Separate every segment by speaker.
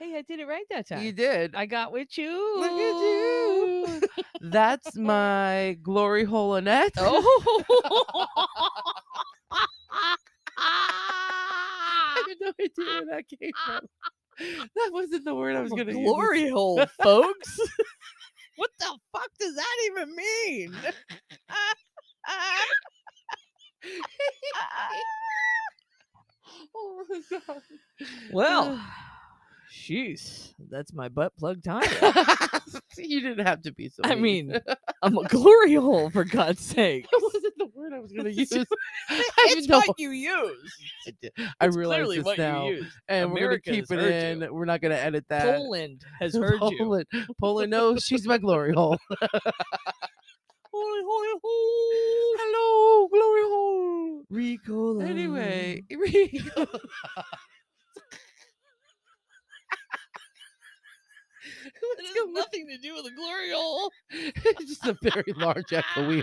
Speaker 1: I did it right that time.
Speaker 2: You did.
Speaker 1: I got with you.
Speaker 2: Look at you. That's my glory hole Annette.
Speaker 1: Oh.
Speaker 2: I have no idea where that came from. That wasn't the word I was
Speaker 1: Well,
Speaker 2: going to use.
Speaker 1: Oh, glory hole, folks. what the fuck does that even mean?
Speaker 2: Oh my god.
Speaker 1: well, sheesh, that's my butt plug time.
Speaker 2: you didn't have to be so.
Speaker 1: Oh, I
Speaker 2: mean.
Speaker 1: mean, I'm a glory hole for God's sake.
Speaker 2: that wasn't the word I was going to use.
Speaker 1: It's
Speaker 2: I
Speaker 1: it's
Speaker 2: even know
Speaker 1: what you use.
Speaker 2: I did. I
Speaker 1: It's
Speaker 2: realize
Speaker 1: clearly
Speaker 2: this
Speaker 1: what
Speaker 2: now,
Speaker 1: you use.
Speaker 2: and we're going
Speaker 1: America
Speaker 2: to keep
Speaker 1: has
Speaker 2: it
Speaker 1: heard
Speaker 2: in.
Speaker 1: you.
Speaker 2: We're not going to edit that.
Speaker 1: Poland has heard you.
Speaker 2: Poland, Poland, no, she's my glory hole.
Speaker 1: Holy, holy, holy.
Speaker 2: Hello, glory hole.
Speaker 1: Ricola.
Speaker 2: Anyway,
Speaker 1: um,
Speaker 2: Rico.
Speaker 1: it has nothing to do with a glory hole.
Speaker 2: it's just a very large echoey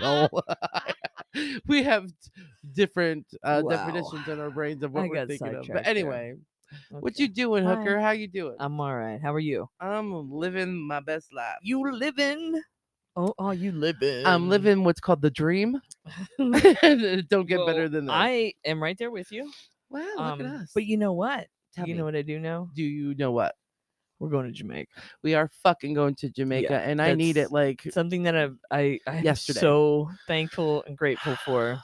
Speaker 2: hole. we have different uh,
Speaker 1: Wow.
Speaker 2: definitions in our brains of what
Speaker 1: I
Speaker 2: we're
Speaker 1: got
Speaker 2: thinking of.
Speaker 1: sidetracked Um,
Speaker 2: But
Speaker 1: there.
Speaker 2: anyway, what you doing,
Speaker 1: Hi.
Speaker 2: Hooker? How you doing?
Speaker 1: I'm all right. How are you?
Speaker 2: I'm living my best life.
Speaker 1: You living? Oh, oh, you living?
Speaker 2: I'm living what's called the dream. It Don't get
Speaker 1: Well,
Speaker 2: better than that.
Speaker 1: I am right there with you.
Speaker 2: wow, look
Speaker 1: Um,
Speaker 2: at us.
Speaker 1: But you know what?
Speaker 2: Tell
Speaker 1: you
Speaker 2: me,
Speaker 1: know what I do know?
Speaker 2: do you know what?
Speaker 1: We're going to Jamaica.
Speaker 2: We are fucking going to Jamaica, and I need
Speaker 1: that's-
Speaker 2: it like
Speaker 1: Something that I've, I I am
Speaker 2: Yesterday.
Speaker 1: so thankful and grateful for.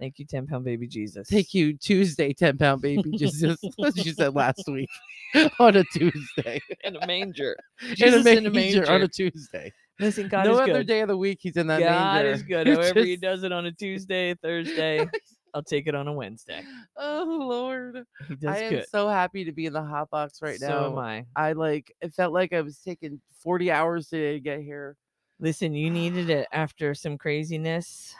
Speaker 1: Thank you, ten pound baby Jesus.
Speaker 2: take you Tuesday, ten pound baby Jesus. as you said last week on a Tuesday,
Speaker 1: in a manger.
Speaker 2: in, a
Speaker 1: Jesus in a
Speaker 2: manger on
Speaker 1: manger.
Speaker 2: a Tuesday.
Speaker 1: Listen, God
Speaker 2: no
Speaker 1: is
Speaker 2: other
Speaker 1: good.
Speaker 2: day of the week he's in that
Speaker 1: God
Speaker 2: manger.
Speaker 1: is good.
Speaker 2: You're
Speaker 1: However, he
Speaker 2: just-
Speaker 1: does it on a Tuesday, Thursday. I'll take it on a Wednesday.
Speaker 2: Oh Lord,
Speaker 1: He does
Speaker 2: I am
Speaker 1: good.
Speaker 2: so happy to be in the hot box right
Speaker 1: so
Speaker 2: now.
Speaker 1: am I.
Speaker 2: I like it felt like I was taking 40 hours today to get here.
Speaker 1: Listen, you needed it after some craziness.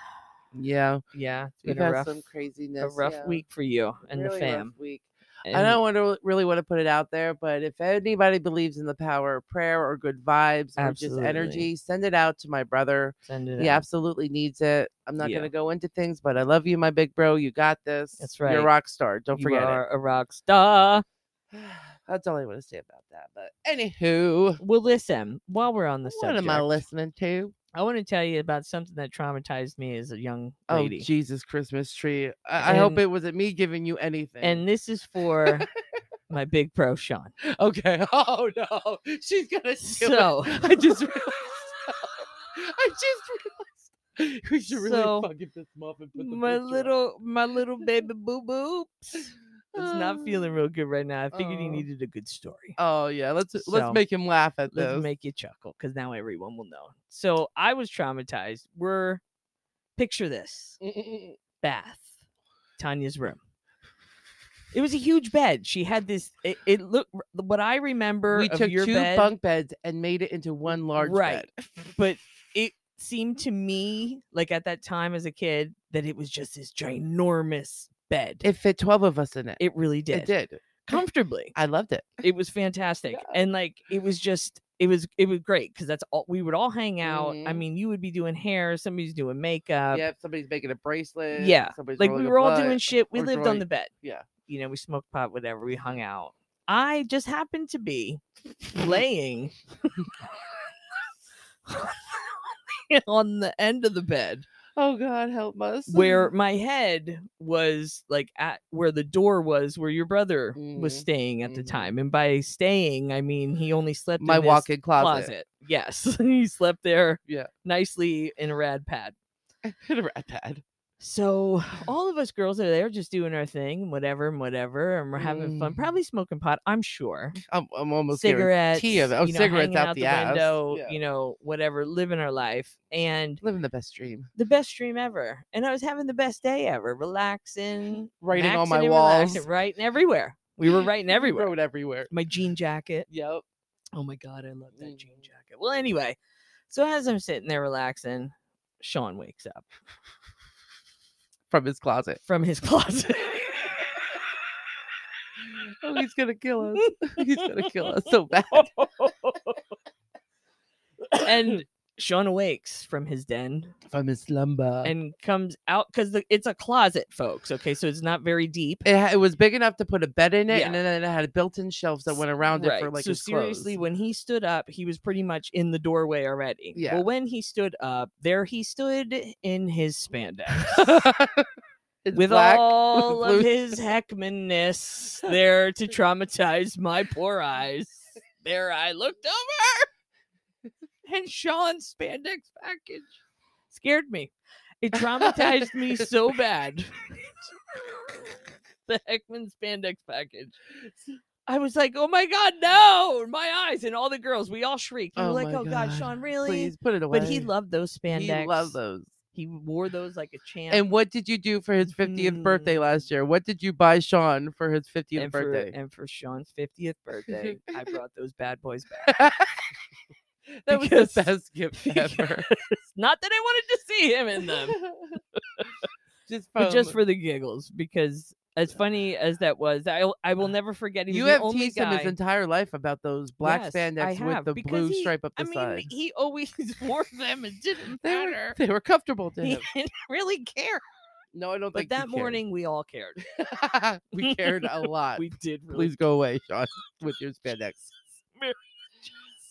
Speaker 2: Yeah,
Speaker 1: Yeah, it's
Speaker 2: we've
Speaker 1: been a
Speaker 2: had
Speaker 1: rough,
Speaker 2: some craziness.
Speaker 1: a rough
Speaker 2: yeah.
Speaker 1: week for you and
Speaker 2: really
Speaker 1: the fam.
Speaker 2: Rough week.
Speaker 1: And
Speaker 2: I don't want to really want to put it out there, but if anybody believes in the power of prayer or good vibes or
Speaker 1: Absolutely.
Speaker 2: just energy, send it out to my brother.
Speaker 1: send it
Speaker 2: He
Speaker 1: out.
Speaker 2: absolutely needs it. I'm not
Speaker 1: Yeah.
Speaker 2: going to go into things, but I love you, my big bro. You got this.
Speaker 1: That's
Speaker 2: You're a
Speaker 1: right.
Speaker 2: rock star. Don't
Speaker 1: you
Speaker 2: forget it.
Speaker 1: are a rock star.
Speaker 2: That's all I want to say about that. But anywho,
Speaker 1: Well, listen, while we're on the
Speaker 2: what
Speaker 1: subject,
Speaker 2: am I listening to?
Speaker 1: I want to tell you about something that traumatized me as a young
Speaker 2: Oh,
Speaker 1: lady.
Speaker 2: Jesus Christmas tree. I, I hope
Speaker 1: And-
Speaker 2: it wasn't me giving you anything.
Speaker 1: and this is for my big pro, Sean.
Speaker 2: okay. Oh no, she's gonna do it.
Speaker 1: So,
Speaker 2: I just realized. I just realized we should really
Speaker 1: So,
Speaker 2: fucking piss him off and put the
Speaker 1: my
Speaker 2: picture up.
Speaker 1: little my little baby boo boo it's not feeling real good right now. I figured he
Speaker 2: Oh.
Speaker 1: needed a good story.
Speaker 2: Oh yeah, let's let's
Speaker 1: So,
Speaker 2: make him laugh at this.
Speaker 1: Let's make you chuckle because now everyone will know. So I was traumatized. We're picture this bath, Tanya's room. It was a huge bed. She had this. It, it looked what I remember.
Speaker 2: we
Speaker 1: of
Speaker 2: took
Speaker 1: your
Speaker 2: two
Speaker 1: bed,
Speaker 2: bunk beds and made it into one large
Speaker 1: Right.
Speaker 2: bed.
Speaker 1: but it seemed to me like at that time as a kid that it was just this ginormous bed.
Speaker 2: It fit twelve of us in it.
Speaker 1: It really did.
Speaker 2: It did.
Speaker 1: comfortably.
Speaker 2: I loved it.
Speaker 1: It was fantastic.
Speaker 2: Yeah.
Speaker 1: And like it was just it was it was great because that's all we would all hang out. I
Speaker 2: Mhm.
Speaker 1: mean, you would be doing hair, somebody's doing makeup.
Speaker 2: yeah, somebody's making a bracelet.
Speaker 1: yeah,
Speaker 2: somebody's
Speaker 1: Like we
Speaker 2: rolling a
Speaker 1: were all
Speaker 2: blunt.
Speaker 1: doing shit. We
Speaker 2: was
Speaker 1: lived
Speaker 2: rolling-
Speaker 1: on the bed.
Speaker 2: yeah.
Speaker 1: You know, we smoked pot, whatever, we hung out. I just happened to be laying on the end of the bed
Speaker 2: Oh God, help us!
Speaker 1: where my head was like at where the door was where your brother was
Speaker 2: Mhm,
Speaker 1: staying at the
Speaker 2: mhm.
Speaker 1: time and by staying i mean he only slept
Speaker 2: my
Speaker 1: in his
Speaker 2: walk-in closet.
Speaker 1: yes he slept there
Speaker 2: Yeah.
Speaker 1: nicely in a rad pad
Speaker 2: In a rat pad.
Speaker 1: so all of us girls are there just doing our thing whatever and whatever and we're having fun
Speaker 2: Mm.
Speaker 1: probably smoking pot i'm sure
Speaker 2: I'm, I'm almost guaranteed
Speaker 1: cigarettes
Speaker 2: of it. Oh,
Speaker 1: you know,
Speaker 2: cigarettes
Speaker 1: hanging
Speaker 2: out
Speaker 1: out the,
Speaker 2: the ass.
Speaker 1: window
Speaker 2: Yeah.
Speaker 1: you know whatever living our life and
Speaker 2: living the best dream.
Speaker 1: the best dream ever. And I was having the best day ever, relaxing,
Speaker 2: Writing on
Speaker 1: maxing
Speaker 2: my
Speaker 1: and
Speaker 2: walls.
Speaker 1: relaxing, writing everywhere. We were writing everywhere.
Speaker 2: Wrote everywhere.
Speaker 1: My jean jacket.
Speaker 2: Yep.
Speaker 1: Oh my god, I love that jean
Speaker 2: Mm.
Speaker 1: jacket. Well, anyway, so as I'm sitting there relaxing, Sean wakes up
Speaker 2: From his closet.
Speaker 1: from his closet.
Speaker 2: Oh, he's gonna kill us. he's gonna kill us so bad.
Speaker 1: and Sean awakes from his den
Speaker 2: From his slumber.
Speaker 1: and comes out because it's a closet, folks. Okay, so it's not very deep.
Speaker 2: it, ha- it was big enough to put a bed in it,
Speaker 1: Yeah.
Speaker 2: and then it had built-in shelves that went around it for like
Speaker 1: so
Speaker 2: his
Speaker 1: seriously,
Speaker 2: clothes.
Speaker 1: when he stood up, he was pretty much in the doorway already.
Speaker 2: Yeah.
Speaker 1: Well, when he stood up, there he stood in his spandex.
Speaker 2: It's
Speaker 1: with
Speaker 2: black.
Speaker 1: all
Speaker 2: with
Speaker 1: of
Speaker 2: blue-
Speaker 1: his heckmanness there to traumatize my poor eyes. There I looked over, and Sean's spandex package scared me. It traumatized me so bad. the Heckman spandex package. I was like, oh my god, no! My eyes and all the girls, we all shrieked. We were
Speaker 2: Oh
Speaker 1: like,
Speaker 2: my
Speaker 1: oh god, Sean, really?
Speaker 2: Please put it away.
Speaker 1: But he loved those spandex.
Speaker 2: He loved those.
Speaker 1: He wore those like a champ.
Speaker 2: And what did you do for his 50th birthday last year? What did you buy Sean for his 50th
Speaker 1: Mm-hmm. and
Speaker 2: birthday?
Speaker 1: For, and for Sean's 50th birthday, I brought those bad boys back.
Speaker 2: that was
Speaker 1: because-
Speaker 2: the best gift ever. Um,
Speaker 1: Not that I wanted to see him in them,
Speaker 2: just from,
Speaker 1: but just for the giggles, because as funny as that was, I I will never forget. He was
Speaker 2: you
Speaker 1: the
Speaker 2: have
Speaker 1: only
Speaker 2: teased
Speaker 1: guy.
Speaker 2: him his entire life about those black
Speaker 1: Yes, I
Speaker 2: spandex
Speaker 1: have,
Speaker 2: with the
Speaker 1: because
Speaker 2: blue
Speaker 1: he-
Speaker 2: stripe up
Speaker 1: I
Speaker 2: the side.
Speaker 1: mean, he always wore them. It didn't
Speaker 2: they, were,
Speaker 1: matter.
Speaker 2: they were comfortable to
Speaker 1: He
Speaker 2: him.
Speaker 1: didn't really care.
Speaker 2: No, I don't
Speaker 1: But
Speaker 2: think he
Speaker 1: that
Speaker 2: cared.
Speaker 1: morning, we all cared.
Speaker 2: we cared a lot.
Speaker 1: We did really.
Speaker 2: Please go away, Sean, with your spandex.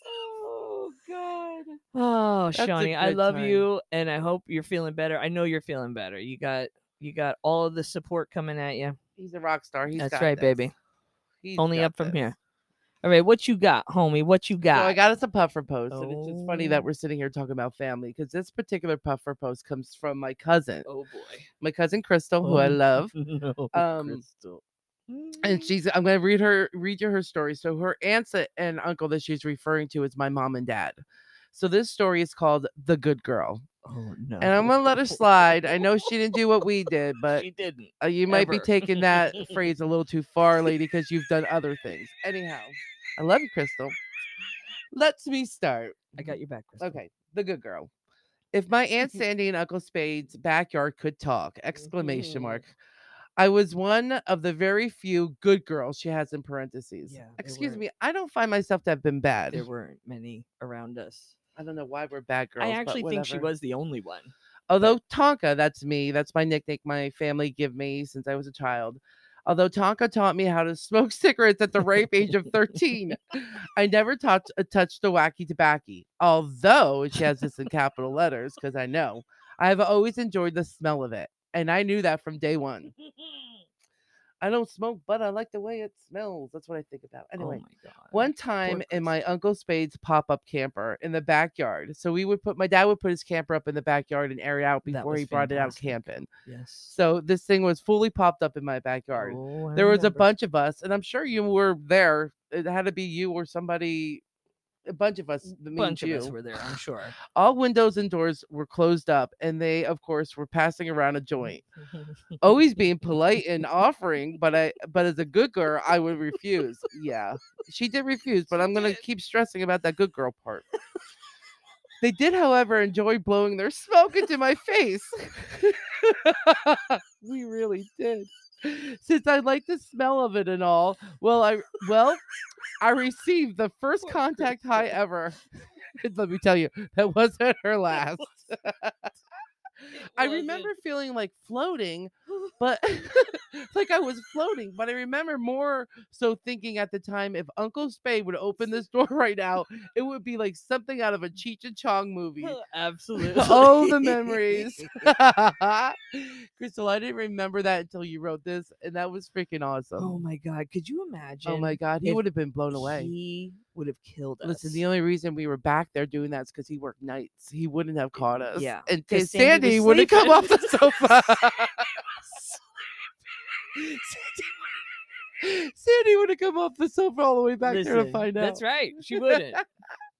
Speaker 1: Oh God. Oh,
Speaker 2: a
Speaker 1: Shawnee, I
Speaker 2: good
Speaker 1: love
Speaker 2: time.
Speaker 1: you, and I hope you're feeling better. I know you're feeling better. You got you got all of the support coming at you.
Speaker 2: He's a rock star. He's
Speaker 1: That's
Speaker 2: got
Speaker 1: right,
Speaker 2: this.
Speaker 1: baby.
Speaker 2: He's
Speaker 1: Only
Speaker 2: got
Speaker 1: up from
Speaker 2: this.
Speaker 1: here. All right, what you got, homie? What you got?
Speaker 2: So I got us a puffer post, and it's just funny that
Speaker 1: Oh.
Speaker 2: we're sitting here talking about family because this particular puffer post comes from my cousin,
Speaker 1: oh boy.
Speaker 2: my cousin Crystal, who I love.
Speaker 1: Oh, no,
Speaker 2: Um,
Speaker 1: Crystal.
Speaker 2: And she's, I'm going to read her, read you her story. So her aunts a- and uncle that she's referring to is my mom and dad. So this story is called The Good Girl.
Speaker 1: oh no.
Speaker 2: And I'm going to let her slide. I know she didn't do what we did, but
Speaker 1: she didn't.
Speaker 2: uh, you might be
Speaker 1: ever.
Speaker 2: taking that phrase a little too far, lady, because you've done other things. Anyhow, I love you, Crystal. Let me start.
Speaker 1: I got your back, Crystal.
Speaker 2: Mm-hmm. Okay, the good girl. If my aunt Sandy and Uncle Spade's backyard could talk! Exclamation
Speaker 1: Mhm.
Speaker 2: mark. I was one of the very few good girls she has in parentheses.
Speaker 1: Yeah, there
Speaker 2: Excuse
Speaker 1: were-
Speaker 2: me, I don't find myself to have been bad.
Speaker 1: There weren't many around us.
Speaker 2: I don't know why we're bad girls.
Speaker 1: I
Speaker 2: but
Speaker 1: actually think she
Speaker 2: whatever.
Speaker 1: was the only one.
Speaker 2: Although Tonka, that's me. That's my nickname my family give me since I was a child. Although Tonka taught me how to smoke cigarettes at the ripe age of 13, I never touched uh, touched the wacky tobacco. Although she has this in capital letters because I know I have always enjoyed the smell of it, and I knew that from day one.
Speaker 1: Oh,
Speaker 2: I don't smoke, but I like the way it smells. That's what I think about. Anyway,
Speaker 1: oh my god.
Speaker 2: one time in my uncle Spade's pop up camper in the backyard. So we would put my dad would put his camper up in the backyard and air it out
Speaker 1: That
Speaker 2: before
Speaker 1: was
Speaker 2: he brought it out
Speaker 1: fantastic.
Speaker 2: camping.
Speaker 1: Yes.
Speaker 2: So this thing was fully popped up in my backyard.
Speaker 1: Oh, I
Speaker 2: there was a
Speaker 1: remember.
Speaker 2: bunch of us, and I'm sure you were there. It had to be you or somebody. A bunch of us, that means
Speaker 1: bunch of
Speaker 2: you.
Speaker 1: us were there, I'm sure.
Speaker 2: All windows and doors were closed up, and they, of course, were passing around a
Speaker 1: Mm.
Speaker 2: joint. Always being polite and offering, but I, but as a good girl, I would refuse. Yeah, she did refuse, but
Speaker 1: She
Speaker 2: I'm gonna
Speaker 1: did.
Speaker 2: keep stressing about that good girl part. They did, however, enjoy blowing their smoke into my face. we really did. Since I like the smell of it and all, well, I well, I received the first
Speaker 1: Poor
Speaker 2: contact high
Speaker 1: Kristen.
Speaker 2: ever. Let me tell you, that wasn't her last. I remember feeling like floating, but like I was floating. But I remember more so thinking at the time, if Uncle Spade would open this door right now, it would be like something out of a Cheech and Chong movie.
Speaker 1: Absolutely.
Speaker 2: Oh, the memories. Crystal, I didn't remember that until you wrote this, and that was freaking awesome.
Speaker 1: oh my God. Could you imagine?
Speaker 2: Oh my God, he
Speaker 1: if
Speaker 2: would have been blown away.
Speaker 1: He would have killed us.
Speaker 2: Listen, the only reason we were back there doing that is because he worked nights. He wouldn't have caught us.
Speaker 1: yeah,
Speaker 2: And
Speaker 1: 'cause
Speaker 2: 'cause
Speaker 1: Sandy was
Speaker 2: Sandy wouldn't come off the sofa. Sandy wouldn't come off the sofa all the way back there to
Speaker 1: Listen,
Speaker 2: find out.
Speaker 1: That's right. She wouldn't.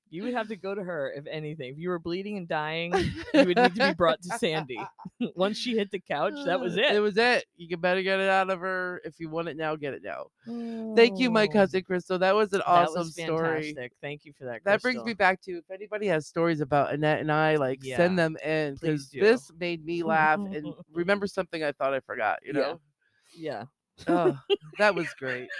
Speaker 1: You would have to go to her if anything. If you were bleeding and dying, you would need to be brought to Sandy. Once she hit the couch, that was
Speaker 2: It
Speaker 1: it.
Speaker 2: was it. You can better get it out of her. If you want it now, get it now. Thank you, my
Speaker 1: Oh,
Speaker 2: cousin Crystal. That was an awesome
Speaker 1: that was
Speaker 2: story.
Speaker 1: fantastic. Thank you for that.
Speaker 2: That brings me
Speaker 1: Crystal.
Speaker 2: back to if anybody has stories about Annette and I, like
Speaker 1: Yeah,
Speaker 2: send them in because
Speaker 1: please do.
Speaker 2: this made me laugh and remember something I thought I forgot. You
Speaker 1: Yeah.
Speaker 2: know,
Speaker 1: Yeah.
Speaker 2: oh, that was great.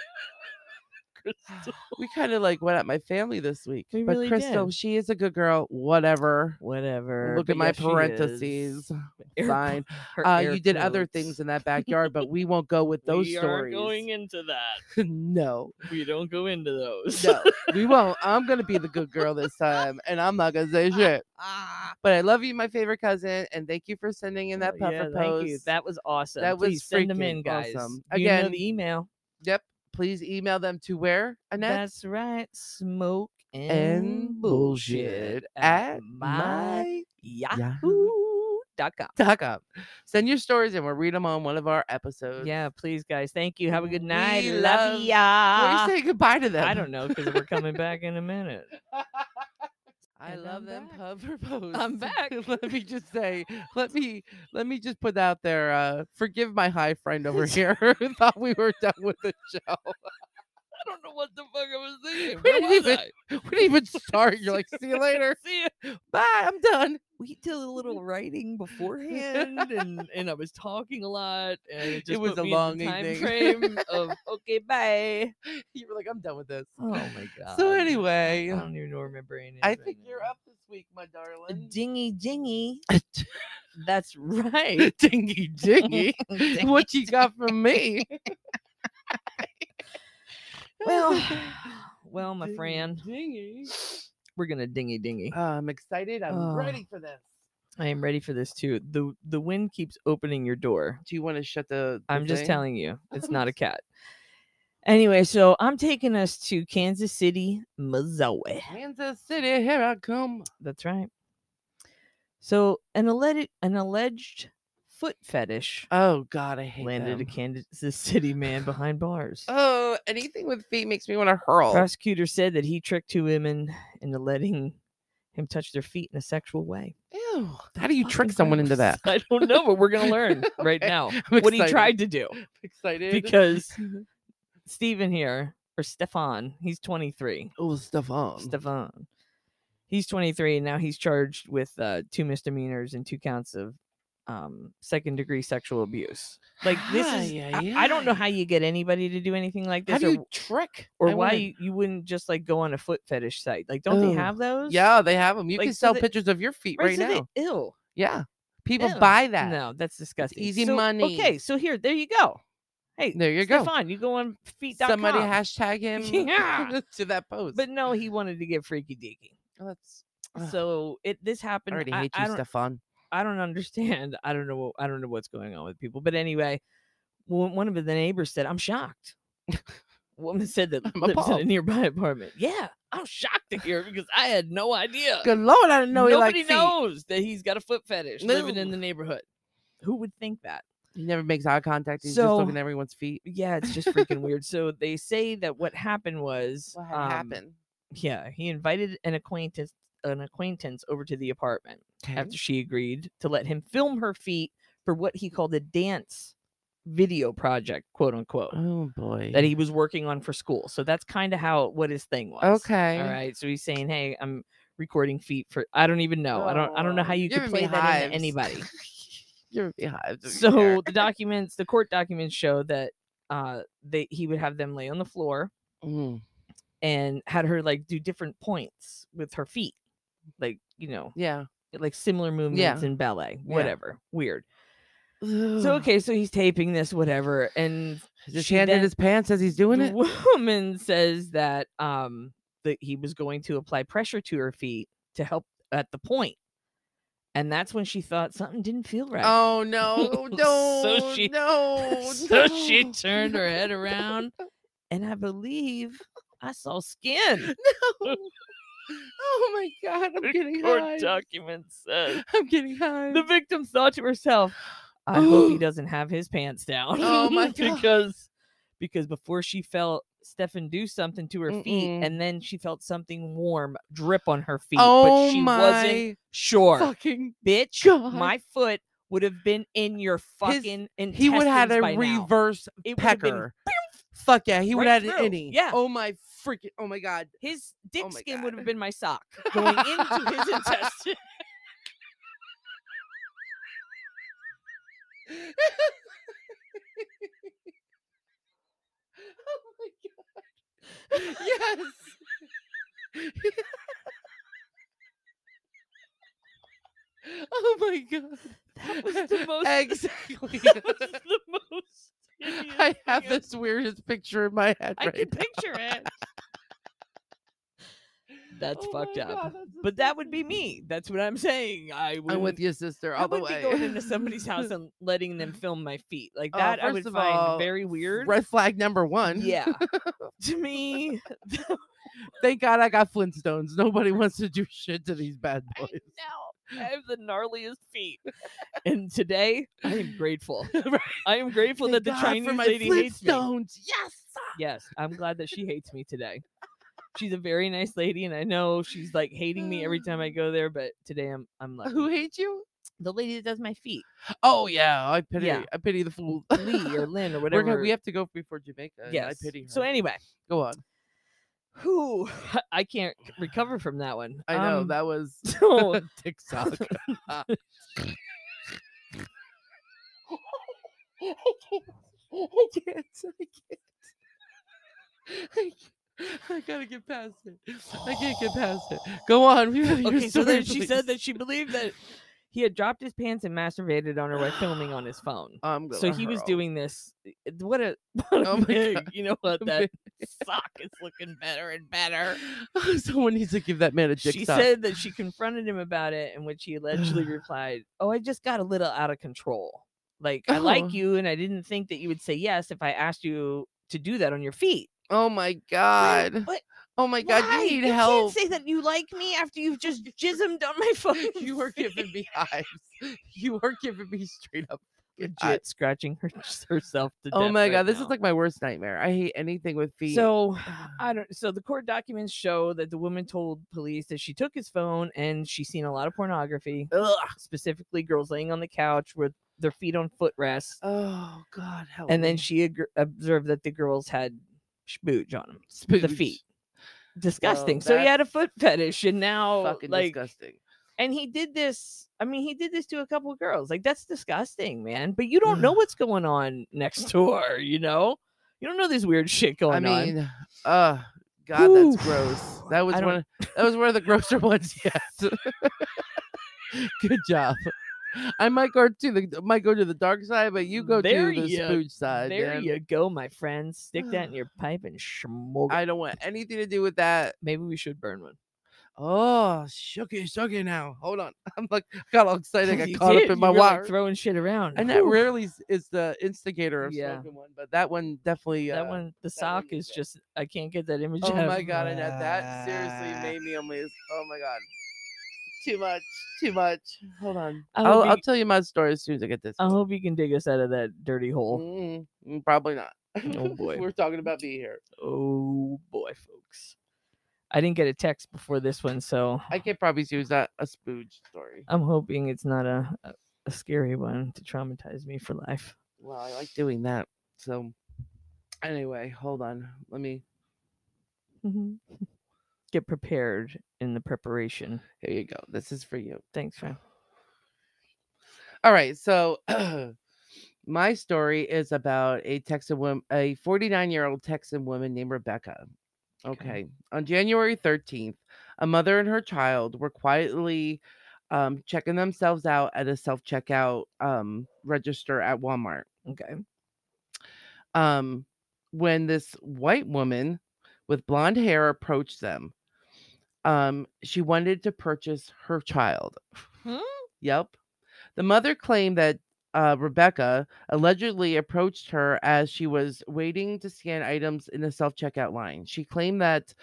Speaker 1: Crystal.
Speaker 2: We kind of like went at my family this week.
Speaker 1: We
Speaker 2: but
Speaker 1: really
Speaker 2: Crystal,
Speaker 1: did.
Speaker 2: she is a good girl. Whatever.
Speaker 1: Whatever.
Speaker 2: Look
Speaker 1: but
Speaker 2: at my
Speaker 1: yes, she is.
Speaker 2: parentheses.
Speaker 1: Air-
Speaker 2: Fine.
Speaker 1: her
Speaker 2: Uh,
Speaker 1: air
Speaker 2: you did other
Speaker 1: quotes.
Speaker 2: things in that backyard, but we won't go with those
Speaker 1: we aren't
Speaker 2: stories.
Speaker 1: going into that.
Speaker 2: no,
Speaker 1: We don't go into those.
Speaker 2: no, we won't. I'm gonna be the good girl this time, and I'm not gonna say shit.
Speaker 1: Ah,
Speaker 2: But I love you, my favorite cousin, and thank you for sending in that
Speaker 1: Oh,
Speaker 2: puffer
Speaker 1: yeah,
Speaker 2: post.
Speaker 1: Thank you. That was awesome.
Speaker 2: That was
Speaker 1: Please send them
Speaker 2: freaking
Speaker 1: in, guys.
Speaker 2: awesome.
Speaker 1: you know
Speaker 2: Again,
Speaker 1: the email.
Speaker 2: yep. Please email them to where Annette.
Speaker 1: That's right. Smoke and,
Speaker 2: and bullshit
Speaker 1: bullshit
Speaker 2: at my
Speaker 1: yahoo.com.
Speaker 2: Talk up. Send your stories and we'll read them on one of our episodes.
Speaker 1: Yeah, please, guys. Thank you. Have a good night.
Speaker 2: We love-
Speaker 1: love ya.
Speaker 2: What do you say goodbye to them?
Speaker 1: Ah, I don't know because we're coming back in a minute.
Speaker 2: I
Speaker 1: And
Speaker 2: love
Speaker 1: I'm
Speaker 2: them
Speaker 1: back.
Speaker 2: puffer posts.
Speaker 1: I'm back.
Speaker 2: let me just say, let me let me just put out there, uh, forgive my high friend over here who thought we were done with the show.
Speaker 1: I don't know what the fuck I was thinking.
Speaker 2: We
Speaker 1: Where
Speaker 2: didn't
Speaker 1: was
Speaker 2: even-
Speaker 1: I?
Speaker 2: We didn't even start. You're like, see you later.
Speaker 1: See ya.
Speaker 2: Bye. I'm done.
Speaker 1: We did a little writing beforehand, and, and I was talking a lot, and it, just
Speaker 2: was
Speaker 1: put
Speaker 2: a
Speaker 1: me in the
Speaker 2: long
Speaker 1: time
Speaker 2: evening.
Speaker 1: frame of okay, bye.
Speaker 2: You were like, I'm done with this.
Speaker 1: Oh my god.
Speaker 2: So
Speaker 1: I
Speaker 2: anyway,
Speaker 1: don't even know where my brain is.
Speaker 2: I
Speaker 1: right
Speaker 2: think you're
Speaker 1: now.
Speaker 2: up this week, my darling.
Speaker 1: Dingy dingy. That's right.
Speaker 2: dingy dingy.
Speaker 1: Dingy
Speaker 2: what you got from me?
Speaker 1: Well,
Speaker 2: oh,
Speaker 1: well, my friend,
Speaker 2: Dingy.
Speaker 1: we're gonna dingy dingy.
Speaker 2: Uh, I'm excited. I'm
Speaker 1: Oh.
Speaker 2: ready for this.
Speaker 1: I am ready for this too. the The wind keeps opening your door.
Speaker 2: Do you want to shut the? the
Speaker 1: I'm just
Speaker 2: thing?
Speaker 1: telling you, it's not a cat. Anyway, so I'm taking us to Kansas City, Missouri.
Speaker 2: Kansas City, here I come.
Speaker 1: That's right. So an alleged an alleged foot fetish
Speaker 2: Oh God, I hate
Speaker 1: landed a
Speaker 2: them.
Speaker 1: Kansas City man behind bars.
Speaker 2: Oh, anything with feet makes me want to hurl.
Speaker 1: Prosecutor said that he tricked two women into letting him touch their feet in a sexual way.
Speaker 2: Ew. How do you trick
Speaker 1: Fucking
Speaker 2: someone into that?
Speaker 1: gross. I don't know, but we're gonna learn right
Speaker 2: Okay,
Speaker 1: now
Speaker 2: I'm
Speaker 1: what he
Speaker 2: excited.
Speaker 1: tried to do
Speaker 2: Excited.
Speaker 1: because Stephen here or Stefan, he's 23.
Speaker 2: oh, stuff on.
Speaker 1: Stefan, he's 23 and now he's charged with uh, two misdemeanors and two counts of um, second degree sexual abuse. Like this is, I, I don't know
Speaker 2: Hi-yi-yi.
Speaker 1: how you get anybody to do anything like
Speaker 2: How
Speaker 1: this,
Speaker 2: do
Speaker 1: or,
Speaker 2: you trick?
Speaker 1: or
Speaker 2: I
Speaker 1: why
Speaker 2: wanna-
Speaker 1: you, you wouldn't just like go on a foot fetish site. Like, don't
Speaker 2: Oh,
Speaker 1: they have those?
Speaker 2: Yeah, they have them. You
Speaker 1: Like,
Speaker 2: can
Speaker 1: so
Speaker 2: sell
Speaker 1: they-
Speaker 2: pictures of your feet right,
Speaker 1: so
Speaker 2: now.
Speaker 1: they- ew.
Speaker 2: yeah, people
Speaker 1: Ew.
Speaker 2: buy that.
Speaker 1: No, that's disgusting.
Speaker 2: easy
Speaker 1: So-
Speaker 2: money.
Speaker 1: Okay, so here, there you go. Hey,
Speaker 2: There you go.
Speaker 1: Stefan, you go on feet.com.
Speaker 2: Somebody hashtag him
Speaker 1: Yeah.
Speaker 2: to that post.
Speaker 1: But no, he wanted to get freaky deaky.
Speaker 2: Oh, that's Ugh,
Speaker 1: So it this
Speaker 2: I
Speaker 1: happened.
Speaker 2: already
Speaker 1: I,
Speaker 2: hate
Speaker 1: I
Speaker 2: you,
Speaker 1: don't,
Speaker 2: Stefan.
Speaker 1: I don't understand. I don't know. what- I don't know what's going on with people. But anyway, one one of the neighbors said, "I'm shocked." Woman said that
Speaker 2: I'm
Speaker 1: lives in a
Speaker 2: appalled.
Speaker 1: nearby apartment. Yeah, I'm shocked to hear it because I had no idea.
Speaker 2: Good lord, I didn't know he liked
Speaker 1: uh, Nobody
Speaker 2: feet.
Speaker 1: knows that he's got a foot fetish living in
Speaker 2: No.
Speaker 1: the neighborhood. Who would think that?
Speaker 2: He never makes eye contact. He's just
Speaker 1: So-
Speaker 2: looking at everyone's feet.
Speaker 1: yeah, it's just freaking weird. So they say that what happened was
Speaker 2: What had
Speaker 1: um,
Speaker 2: happened?
Speaker 1: Yeah, he invited an acquaintance an acquaintance over to the apartment
Speaker 2: Mm-hmm.
Speaker 1: after she agreed to let him film her feet for what he called a dance video project, quote unquote,
Speaker 2: Oh boy.
Speaker 1: that he was working on for school. So that's kind of how what his thing was.
Speaker 2: okay.
Speaker 1: All right. So he's saying, "Hey, I'm recording feet for I don't even know. I don't I don't know
Speaker 2: Oh,
Speaker 1: how you
Speaker 2: you're
Speaker 1: could
Speaker 2: giving
Speaker 1: play
Speaker 2: me
Speaker 1: that into
Speaker 2: hives.
Speaker 1: anybody."
Speaker 2: You're behind.
Speaker 1: so the documents, the court documents show that uh they he would have them lay on the floor
Speaker 2: Mm,
Speaker 1: and had her like do different points with her feet like you know
Speaker 2: yeah.
Speaker 1: like similar movements in ballet
Speaker 2: Yeah.
Speaker 1: whatever weird so
Speaker 2: Ugh.
Speaker 1: okay so he's taping this whatever and
Speaker 2: His
Speaker 1: she
Speaker 2: hand in
Speaker 1: then-
Speaker 2: his pants as he's doing
Speaker 1: the
Speaker 2: it.
Speaker 1: woman says that um that he was going to apply pressure to her feet to help at the point and that's when she thought something didn't feel right
Speaker 2: Oh no! No.
Speaker 1: So she-
Speaker 2: no.
Speaker 1: so she
Speaker 2: no,
Speaker 1: turned her head
Speaker 2: no,
Speaker 1: around and i believe i saw skin
Speaker 2: No. Oh my god! I'm getting
Speaker 1: court
Speaker 2: high.
Speaker 1: document says
Speaker 2: I'm getting high.
Speaker 1: the victim thought to herself, I hope he doesn't have his pants down.
Speaker 2: Oh my God.
Speaker 1: because because before she felt Stefan do something to her feet
Speaker 2: Mm-mm.
Speaker 1: and then she felt something warm drip on her feet,
Speaker 2: oh
Speaker 1: but she
Speaker 2: my
Speaker 1: wasn't sure.
Speaker 2: fucking!
Speaker 1: Bitch,
Speaker 2: God.
Speaker 1: my foot would have been in your fucking intestines
Speaker 2: He would have had
Speaker 1: by
Speaker 2: a
Speaker 1: now.
Speaker 2: reverse
Speaker 1: It would have been-
Speaker 2: pecker. Fuck yeah, he would
Speaker 1: Right
Speaker 2: have had
Speaker 1: through,
Speaker 2: an innie.
Speaker 1: yeah.
Speaker 2: Oh my freaking! Oh my god!
Speaker 1: His dick
Speaker 2: my
Speaker 1: skin
Speaker 2: God.
Speaker 1: would have been my sock going into his intestine.
Speaker 2: oh Oh my god! yes. oh my god.
Speaker 1: That was the most.
Speaker 2: Exactly.
Speaker 1: That was the most. hideous
Speaker 2: I have
Speaker 1: thing I've-
Speaker 2: this weirdest picture in my head
Speaker 1: I
Speaker 2: right
Speaker 1: can
Speaker 2: now.
Speaker 1: picture it. That's
Speaker 2: Oh
Speaker 1: fucked
Speaker 2: my
Speaker 1: up.
Speaker 2: God, that's
Speaker 1: But that would be
Speaker 2: disgusting.
Speaker 1: me. That's what I'm saying. I would.
Speaker 2: I'm with you, sister,
Speaker 1: I
Speaker 2: all the
Speaker 1: would
Speaker 2: way.
Speaker 1: be going into somebody's house and letting them film my feet like
Speaker 2: Uh,
Speaker 1: that. I
Speaker 2: first
Speaker 1: would
Speaker 2: of
Speaker 1: find
Speaker 2: all,
Speaker 1: very weird.
Speaker 2: Red flag number one.
Speaker 1: Yeah. to me,
Speaker 2: Thank God I got Flintstones. Nobody wants to do shit to these bad
Speaker 1: I
Speaker 2: boys.
Speaker 1: know. I have the gnarliest feet. And today, I am grateful.
Speaker 2: Right.
Speaker 1: I am grateful that
Speaker 2: Thank
Speaker 1: the
Speaker 2: God for
Speaker 1: Chinese
Speaker 2: my
Speaker 1: lady hates me.
Speaker 2: Flintstones. Yes.
Speaker 1: Yes, I'm glad that she hates me today. She's a very nice lady, and I know she's like hating me every time I go there. But today, I'm I'm lucky.
Speaker 2: Who hates you?
Speaker 1: the lady that does my feet,
Speaker 2: Oh yeah, I pity.
Speaker 1: Yeah.
Speaker 2: I pity the fool.
Speaker 1: Lee or Lynn or
Speaker 2: We're gonna-
Speaker 1: whatever.
Speaker 2: we have to go before Jamaica. and
Speaker 1: yes.
Speaker 2: I pity her.
Speaker 1: So anyway,
Speaker 2: go on.
Speaker 1: who I can't recover from that one.
Speaker 2: I know
Speaker 1: Um,
Speaker 2: that was
Speaker 1: So
Speaker 2: TikTok. I can't. I can't. I can't. I can't. I gotta get past it. I can't get past it. Go on. We want to hear
Speaker 1: okay, so then
Speaker 2: story,
Speaker 1: she said
Speaker 2: please.
Speaker 1: that she believed that he had dropped his pants and masturbated on her while filming on his phone.
Speaker 2: I'm
Speaker 1: So
Speaker 2: gonna
Speaker 1: he was
Speaker 2: hurl.
Speaker 1: doing this. eh, What a what a
Speaker 2: Oh my
Speaker 1: pig.
Speaker 2: God.
Speaker 1: You know what? That
Speaker 2: Big.
Speaker 1: sock is looking better and better.
Speaker 2: Someone needs to give that man a dick
Speaker 1: She
Speaker 2: suck.
Speaker 1: said that she confronted him about it, in which he allegedly replied, "Oh, I just got a little out of control. Like I
Speaker 2: Oh.
Speaker 1: like you, and I didn't think that you would say yes if I asked you to do that on your feet."
Speaker 2: "Oh my
Speaker 1: Like,
Speaker 2: god.
Speaker 1: But
Speaker 2: Oh my god.
Speaker 1: why?
Speaker 2: You need
Speaker 1: you Can't
Speaker 2: help.
Speaker 1: say that you like me after you've just jizzed on my phone.
Speaker 2: you are giving me hives. You are giving me straight up. fucking hives.
Speaker 1: legit scratching her, herself to death.
Speaker 2: Oh my
Speaker 1: right
Speaker 2: god, this
Speaker 1: now.
Speaker 2: is like my worst nightmare. I hate anything with feet.
Speaker 1: So I don't. So the court documents show that the woman told police that she took his phone and she's seen a lot of pornography,
Speaker 2: Ugh.
Speaker 1: specifically girls laying on the couch with their feet on footrests,
Speaker 2: Oh god, help.
Speaker 1: and then
Speaker 2: me.
Speaker 1: she ag- observed that the girls had spooge on them. the
Speaker 2: Spooge.
Speaker 1: feet. Disgusting.
Speaker 2: Well,
Speaker 1: so he had a
Speaker 2: that's
Speaker 1: foot fetish, and now
Speaker 2: Fucking
Speaker 1: like,
Speaker 2: disgusting.
Speaker 1: and he did this. I mean, he did this to a couple of girls. Like that's disgusting, man. But you don't know what's going on next door. You know, you don't know this weird shit
Speaker 2: I
Speaker 1: going on.
Speaker 2: mean, uh god,
Speaker 1: Whew.
Speaker 2: that's gross. That was
Speaker 1: I don't-
Speaker 2: one of- that was one of the grosser ones yet. Good job. I might go to the might go to the dark side, but you go
Speaker 1: There
Speaker 2: to the
Speaker 1: ya-
Speaker 2: uh, spooge side.
Speaker 1: There
Speaker 2: man.
Speaker 1: you go, my friend. Stick that in your pipe and smoke. it.
Speaker 2: I don't want anything to do with that.
Speaker 1: Maybe we should burn one.
Speaker 2: Oh, shooky, shooky now. Hold on. I'm like, I got all excited. I got
Speaker 1: You
Speaker 2: caught
Speaker 1: did,
Speaker 2: up in
Speaker 1: you
Speaker 2: my
Speaker 1: were, like,
Speaker 2: watch.
Speaker 1: throwing shit around.
Speaker 2: And that
Speaker 1: Whew.
Speaker 2: rarely s- is the instigator of
Speaker 1: Yeah.
Speaker 2: smoking one, but that one definitely. Uh,
Speaker 1: that one, the sock
Speaker 2: was
Speaker 1: is
Speaker 2: it.
Speaker 1: just. I can't get that image.
Speaker 2: Oh
Speaker 1: out of
Speaker 2: my
Speaker 1: my
Speaker 2: god, Annette, that seriously made me almost. Oh my god, too much, too much. Hold on,
Speaker 1: Ah. I
Speaker 2: I'll,
Speaker 1: hope
Speaker 2: I'll
Speaker 1: you-
Speaker 2: tell you my story as soon as I get this.
Speaker 1: I hope you can dig us out of that dirty hole.
Speaker 2: Mm, mm, probably not.
Speaker 1: Oh, boy.
Speaker 2: we're talking about me here.
Speaker 1: Oh boy, folks. I didn't get a text before this one, so
Speaker 2: I can probably see was that a spooge story.
Speaker 1: I'm hoping it's not a a- a scary one to traumatize me for life.
Speaker 2: Well, I like doing that. So, anyway, hold on. Let me.
Speaker 1: Mhm. Get prepared in the preparation.
Speaker 2: Here you go. This is for you.
Speaker 1: Thanks, friend.
Speaker 2: All right, so my story is about a Texan woman, a 49-year-old Texan woman named Rebecca. Okay. On January 13th, a mother and her child were quietly um, checking themselves out at a self-checkout um, register at Walmart
Speaker 1: Okay.
Speaker 2: um, when this white woman with blonde hair approached them. Um, she wanted to purchase her child.
Speaker 1: Hmm?
Speaker 2: Yep. The mother claimed that uh, Rebecca allegedly approached her as she was waiting to scan items in the self checkout line. She claimed that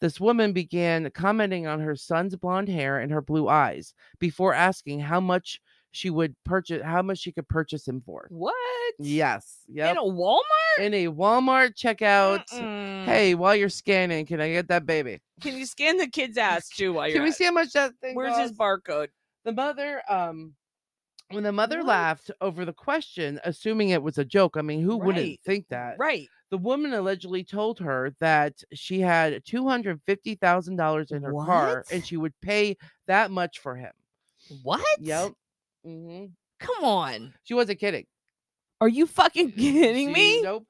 Speaker 2: this woman began commenting on her son's blonde hair and her blue eyes before asking how much she would purchase, how much she could purchase him for.
Speaker 1: What?
Speaker 2: Yes. Yep
Speaker 1: In a Walmart?
Speaker 2: in a Walmart checkout.
Speaker 1: Mm-mm.
Speaker 2: Hey, while you're scanning, can I get that baby?
Speaker 1: Can you scan the kid's ass too while you're
Speaker 2: Can we
Speaker 1: at it?
Speaker 2: see how much that thing
Speaker 1: Where's his
Speaker 2: costs?
Speaker 1: barcode?
Speaker 2: The mother, um, when the mother
Speaker 1: What?
Speaker 2: laughed over the question, assuming it was a joke. I mean, who
Speaker 1: Right,
Speaker 2: wouldn't think that?
Speaker 1: Right.
Speaker 2: The woman allegedly told her that she had two hundred fifty thousand dollars in her car,
Speaker 1: What?
Speaker 2: and she would pay that much for him.
Speaker 1: What?
Speaker 2: Yep. hmm
Speaker 1: Come on.
Speaker 2: She wasn't kidding.
Speaker 1: Are
Speaker 2: Mm-hmm.
Speaker 1: you fucking kidding
Speaker 2: She-
Speaker 1: me? Oh.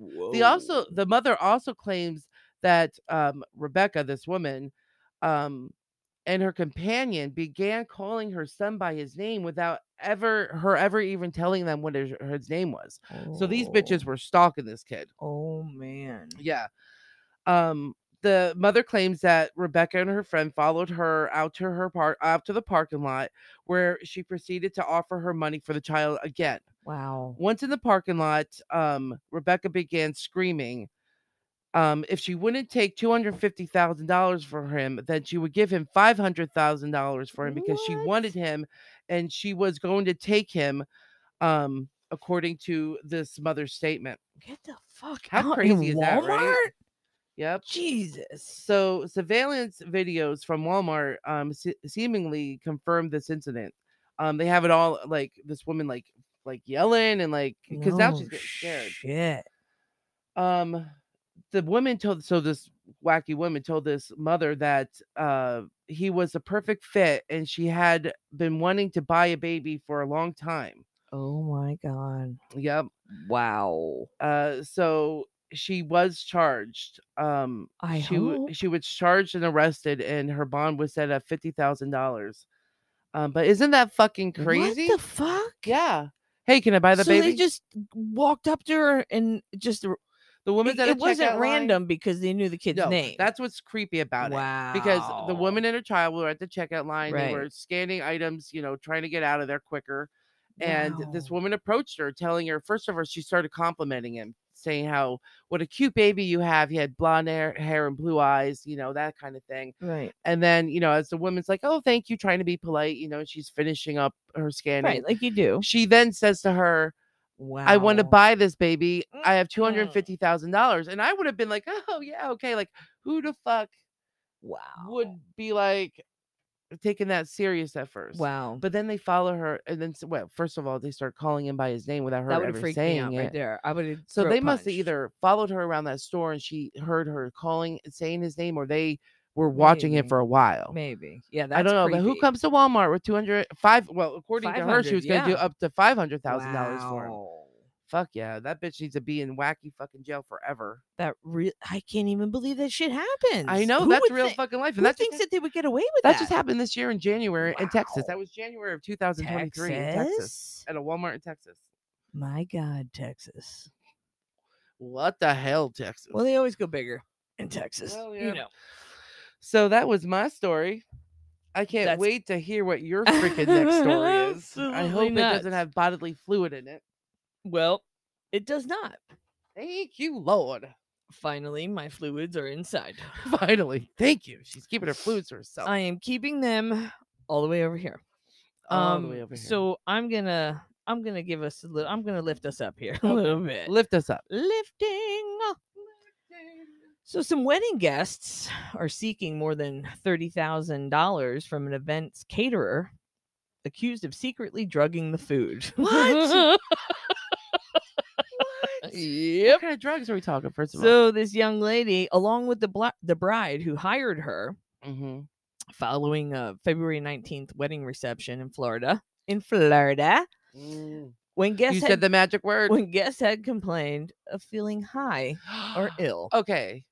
Speaker 2: Nope. The also the mother also claims that um, Rebecca, this woman, um, and her companion began calling her son by his name without ever her ever even telling them what his, his name was. So these bitches were stalking this kid.
Speaker 1: Oh man.
Speaker 2: Yeah. Um, the mother claims that Rebecca and her friend followed her out to her park out to the parking lot where she proceeded to offer her money for the child again.
Speaker 1: Wow.
Speaker 2: Once in the parking lot, um, Rebecca began screaming. Um, if she wouldn't take two hundred fifty thousand dollars for him, then she would give him five hundred thousand dollars for him because she
Speaker 1: What?
Speaker 2: wanted him, and she was going to take him, um, according to this mother's statement.
Speaker 1: Get the fuck
Speaker 2: How
Speaker 1: out
Speaker 2: crazy
Speaker 1: in
Speaker 2: is
Speaker 1: Walmart?
Speaker 2: that, right? Yep.
Speaker 1: Jesus.
Speaker 2: So surveillance videos from Walmart um se- seemingly confirmed this incident. Um, they have it all like this woman like like yelling and like because now
Speaker 1: No
Speaker 2: she's getting scared.
Speaker 1: Shit.
Speaker 2: Um, the woman told so this wacky woman told this mother that uh he was a perfect fit and she had been wanting to buy a baby for a long time.
Speaker 1: Oh my god.
Speaker 2: Yep.
Speaker 1: Wow.
Speaker 2: Uh, so she was charged. Um,
Speaker 1: I
Speaker 2: she w-
Speaker 1: hope.
Speaker 2: she was charged and arrested, and her bond was set at fifty thousand dollars. Um, but isn't that fucking crazy?
Speaker 1: What the fuck?
Speaker 2: yeah. Hey, can I buy the
Speaker 1: so
Speaker 2: baby?
Speaker 1: they just walked up to her and just r-
Speaker 2: the woman's
Speaker 1: it,
Speaker 2: at a
Speaker 1: it wasn't
Speaker 2: checkout line-
Speaker 1: random because they knew the kid's
Speaker 2: No,
Speaker 1: name.
Speaker 2: that's what's creepy about it.
Speaker 1: wow.
Speaker 2: Because the woman and her child were at the checkout line. They
Speaker 1: Right.
Speaker 2: were scanning items, you know, trying to get out of there quicker. And this
Speaker 1: Wow.
Speaker 2: woman approached her, telling her, first of all, she started complimenting him, saying how, what a cute baby you have. He had blonde hair, hair and blue eyes, you know, that kind of thing.
Speaker 1: right,
Speaker 2: And then, you know, as the woman's like, oh, thank you, trying to be polite, you know, she's finishing up her scanning.
Speaker 1: right, like you do.
Speaker 2: She then says to her,
Speaker 1: Wow. Mm.
Speaker 2: I want to buy this baby. I have
Speaker 1: Mm-mm.
Speaker 2: $250,000. And I would have been like, oh, yeah, okay. Like, who the fuck
Speaker 1: Wow.
Speaker 2: would
Speaker 1: Oh.
Speaker 2: be like taking that serious at first?
Speaker 1: Wow.
Speaker 2: But then they follow her, and then s- well, first of all, they start calling him by his name without her
Speaker 1: that would have
Speaker 2: ever
Speaker 1: freaked me out
Speaker 2: saying
Speaker 1: right
Speaker 2: it.
Speaker 1: there. I would have.
Speaker 2: so they must have either followed her around that store, and she heard her calling, saying his name, or they were watching him
Speaker 1: Maybe.
Speaker 2: for a while.
Speaker 1: Maybe. Yeah. That's
Speaker 2: I don't know, but who
Speaker 1: creepy.
Speaker 2: comes to Walmart with two hundred five? Well, according to her, she
Speaker 1: 500,
Speaker 2: was going to do
Speaker 1: yeah.
Speaker 2: up to five hundred thousand dollars for him.
Speaker 1: Wow.
Speaker 2: Fuck yeah, that bitch needs to be in wacky fucking jail forever.
Speaker 1: That real. I can't even believe that shit happens.
Speaker 2: I know
Speaker 1: Who
Speaker 2: that's
Speaker 1: would
Speaker 2: real
Speaker 1: thi-
Speaker 2: fucking life,
Speaker 1: Who
Speaker 2: and that
Speaker 1: thinks
Speaker 2: just,
Speaker 1: that they would get away with
Speaker 2: that
Speaker 1: that?
Speaker 2: just happened this year in January in Texas. That
Speaker 1: Wow.
Speaker 2: was January of 2023 in Texas
Speaker 1: Texas.
Speaker 2: at a Walmart in Texas.
Speaker 1: My God, Texas.
Speaker 2: What the hell, Texas?
Speaker 1: Well, they always go bigger in Texas.
Speaker 2: Well, yeah.
Speaker 1: You know.
Speaker 2: so that was my story. I can't
Speaker 1: That's-
Speaker 2: wait to hear what your freaking next story is. I
Speaker 1: Absolutely
Speaker 2: hope it doesn't
Speaker 1: nuts.
Speaker 2: have bodily fluid in it.
Speaker 1: Well, it does not.
Speaker 2: Thank you, Lord.
Speaker 1: Finally, my fluids are inside.
Speaker 2: Finally, thank you. She's keeping her fluids to herself.
Speaker 1: I am keeping them all the way over here.
Speaker 2: All the way over here.
Speaker 1: um, So I'm gonna I'm gonna give us a little. I'm gonna lift us up here a little bit.
Speaker 2: Lift us up.
Speaker 1: Lifting. up. So some wedding guests are seeking more than thirty thousand dollars from an event's caterer, accused of secretly drugging the food.
Speaker 2: What? What
Speaker 1: yep.
Speaker 2: kind of drugs are we talking? First of
Speaker 1: So this young lady, along with the bla- the bride who hired her,
Speaker 2: all, hmm
Speaker 1: following a February 19th wedding reception in Florida. In Florida, when guests
Speaker 2: Mm-hmm. you said
Speaker 1: had,
Speaker 2: the magic word.
Speaker 1: when guests had complained of feeling high or
Speaker 2: Oh.
Speaker 1: ill,
Speaker 2: Okay.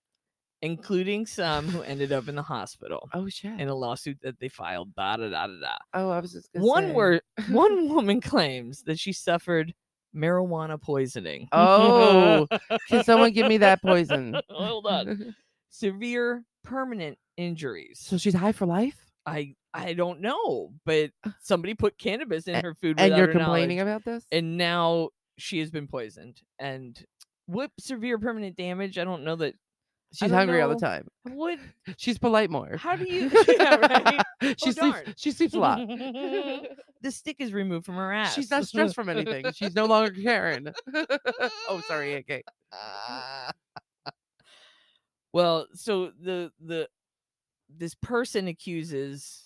Speaker 1: including some who ended up in the hospital
Speaker 2: Oh shit.
Speaker 1: in a lawsuit that they filed. Da da da da da.
Speaker 2: oh, I was just gonna
Speaker 1: One
Speaker 2: say.
Speaker 1: word, one woman claims that she suffered marijuana poisoning.
Speaker 2: Oh, Can someone give me that poison?
Speaker 1: Hold on. severe permanent injuries.
Speaker 2: So she's high for life,
Speaker 1: I I don't know, but somebody put cannabis in
Speaker 2: Uh. A-
Speaker 1: her food,
Speaker 2: and
Speaker 1: without
Speaker 2: you're
Speaker 1: her
Speaker 2: complaining
Speaker 1: knowledge,
Speaker 2: about this?
Speaker 1: and now she has been poisoned. And what severe permanent damage? I don't know that.
Speaker 2: She's
Speaker 1: don't
Speaker 2: hungry all the
Speaker 1: know.
Speaker 2: time.
Speaker 1: What?
Speaker 2: She's polite more.
Speaker 1: How do you? Yeah, right? Oh,
Speaker 2: she sleeps.
Speaker 1: darn.
Speaker 2: She sleeps a lot.
Speaker 1: the stick is removed from her ass.
Speaker 2: She's not stressed from anything. She's no longer Karen. oh, sorry, Aunt Kate.
Speaker 1: Well, so the the this person accuses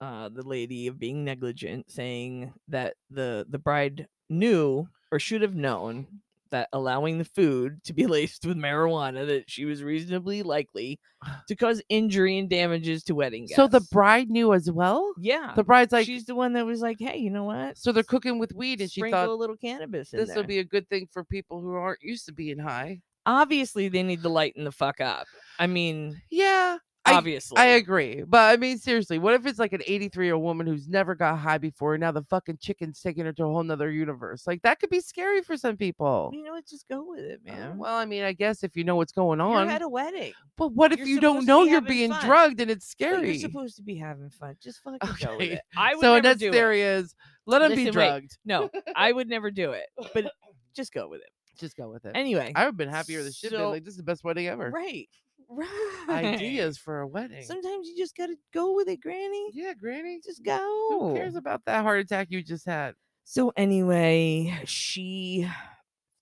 Speaker 1: uh, the lady of being negligent, saying that the the bride knew or should have known that allowing the food to be laced with marijuana that she was reasonably likely to cause injury and damages to wedding guests.
Speaker 2: So the bride knew as well.
Speaker 1: yeah,
Speaker 2: The bride's like,
Speaker 1: she's the one that was like, "Hey, you know what?
Speaker 2: so they're cooking with weed, and she
Speaker 1: Sprinkle a
Speaker 2: thought
Speaker 1: little cannabis in
Speaker 2: this
Speaker 1: there."
Speaker 2: will be a good thing for people who aren't used to being high.
Speaker 1: obviously they need to lighten the fuck up. I mean,
Speaker 2: Yeah. I-
Speaker 1: obviously.
Speaker 2: I agree. But I mean, seriously, what if it's like an 83 year old woman who's never got high before and now the fucking chicken's taking her to a whole nother universe? Like, that could be scary for some people.
Speaker 1: you know what? Just go with it,
Speaker 2: Uh,
Speaker 1: Mm, man.
Speaker 2: Well, I mean, I guess if you know what's going
Speaker 1: You're
Speaker 2: on.
Speaker 1: at a wedding.
Speaker 2: but what if
Speaker 1: you're
Speaker 2: you don't
Speaker 1: supposed to
Speaker 2: know
Speaker 1: be
Speaker 2: you're
Speaker 1: having
Speaker 2: being
Speaker 1: fun.
Speaker 2: drugged and it's
Speaker 1: Like, You're
Speaker 2: scary?
Speaker 1: supposed to be having fun. Just fucking go with
Speaker 2: Okay.
Speaker 1: it. I would
Speaker 2: so
Speaker 1: never
Speaker 2: that's
Speaker 1: do it.
Speaker 2: theory is let them be
Speaker 1: Listen, wait.
Speaker 2: drugged.
Speaker 1: No, I would never do it. But just go with it.
Speaker 2: Just go with it.
Speaker 1: Anyway,
Speaker 2: I've been happier than shit. man.
Speaker 1: So-
Speaker 2: Like this is the best wedding ever.
Speaker 1: right, right.
Speaker 2: Ideas for a wedding.
Speaker 1: Sometimes you just gotta go with it, Granny.
Speaker 2: yeah, Granny.
Speaker 1: Just go.
Speaker 2: Who cares about that heart attack you just had?
Speaker 1: So anyway, she,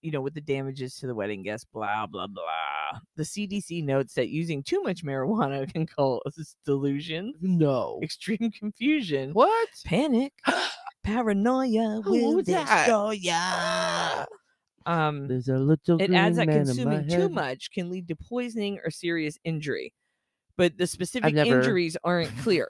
Speaker 1: you know, with the damages to the wedding guests, blah blah blah. The CDC notes that using too much marijuana can cause delusion,
Speaker 2: No.
Speaker 1: extreme confusion,
Speaker 2: What?
Speaker 1: panic, paranoia,
Speaker 2: Oh,
Speaker 1: will
Speaker 2: what was that?
Speaker 1: destroy ya. Um,
Speaker 2: There's a little.
Speaker 1: it adds that
Speaker 2: green man in my
Speaker 1: consuming too
Speaker 2: head.
Speaker 1: much can lead to poisoning or serious injury, but the specific
Speaker 2: never-
Speaker 1: injuries aren't clear.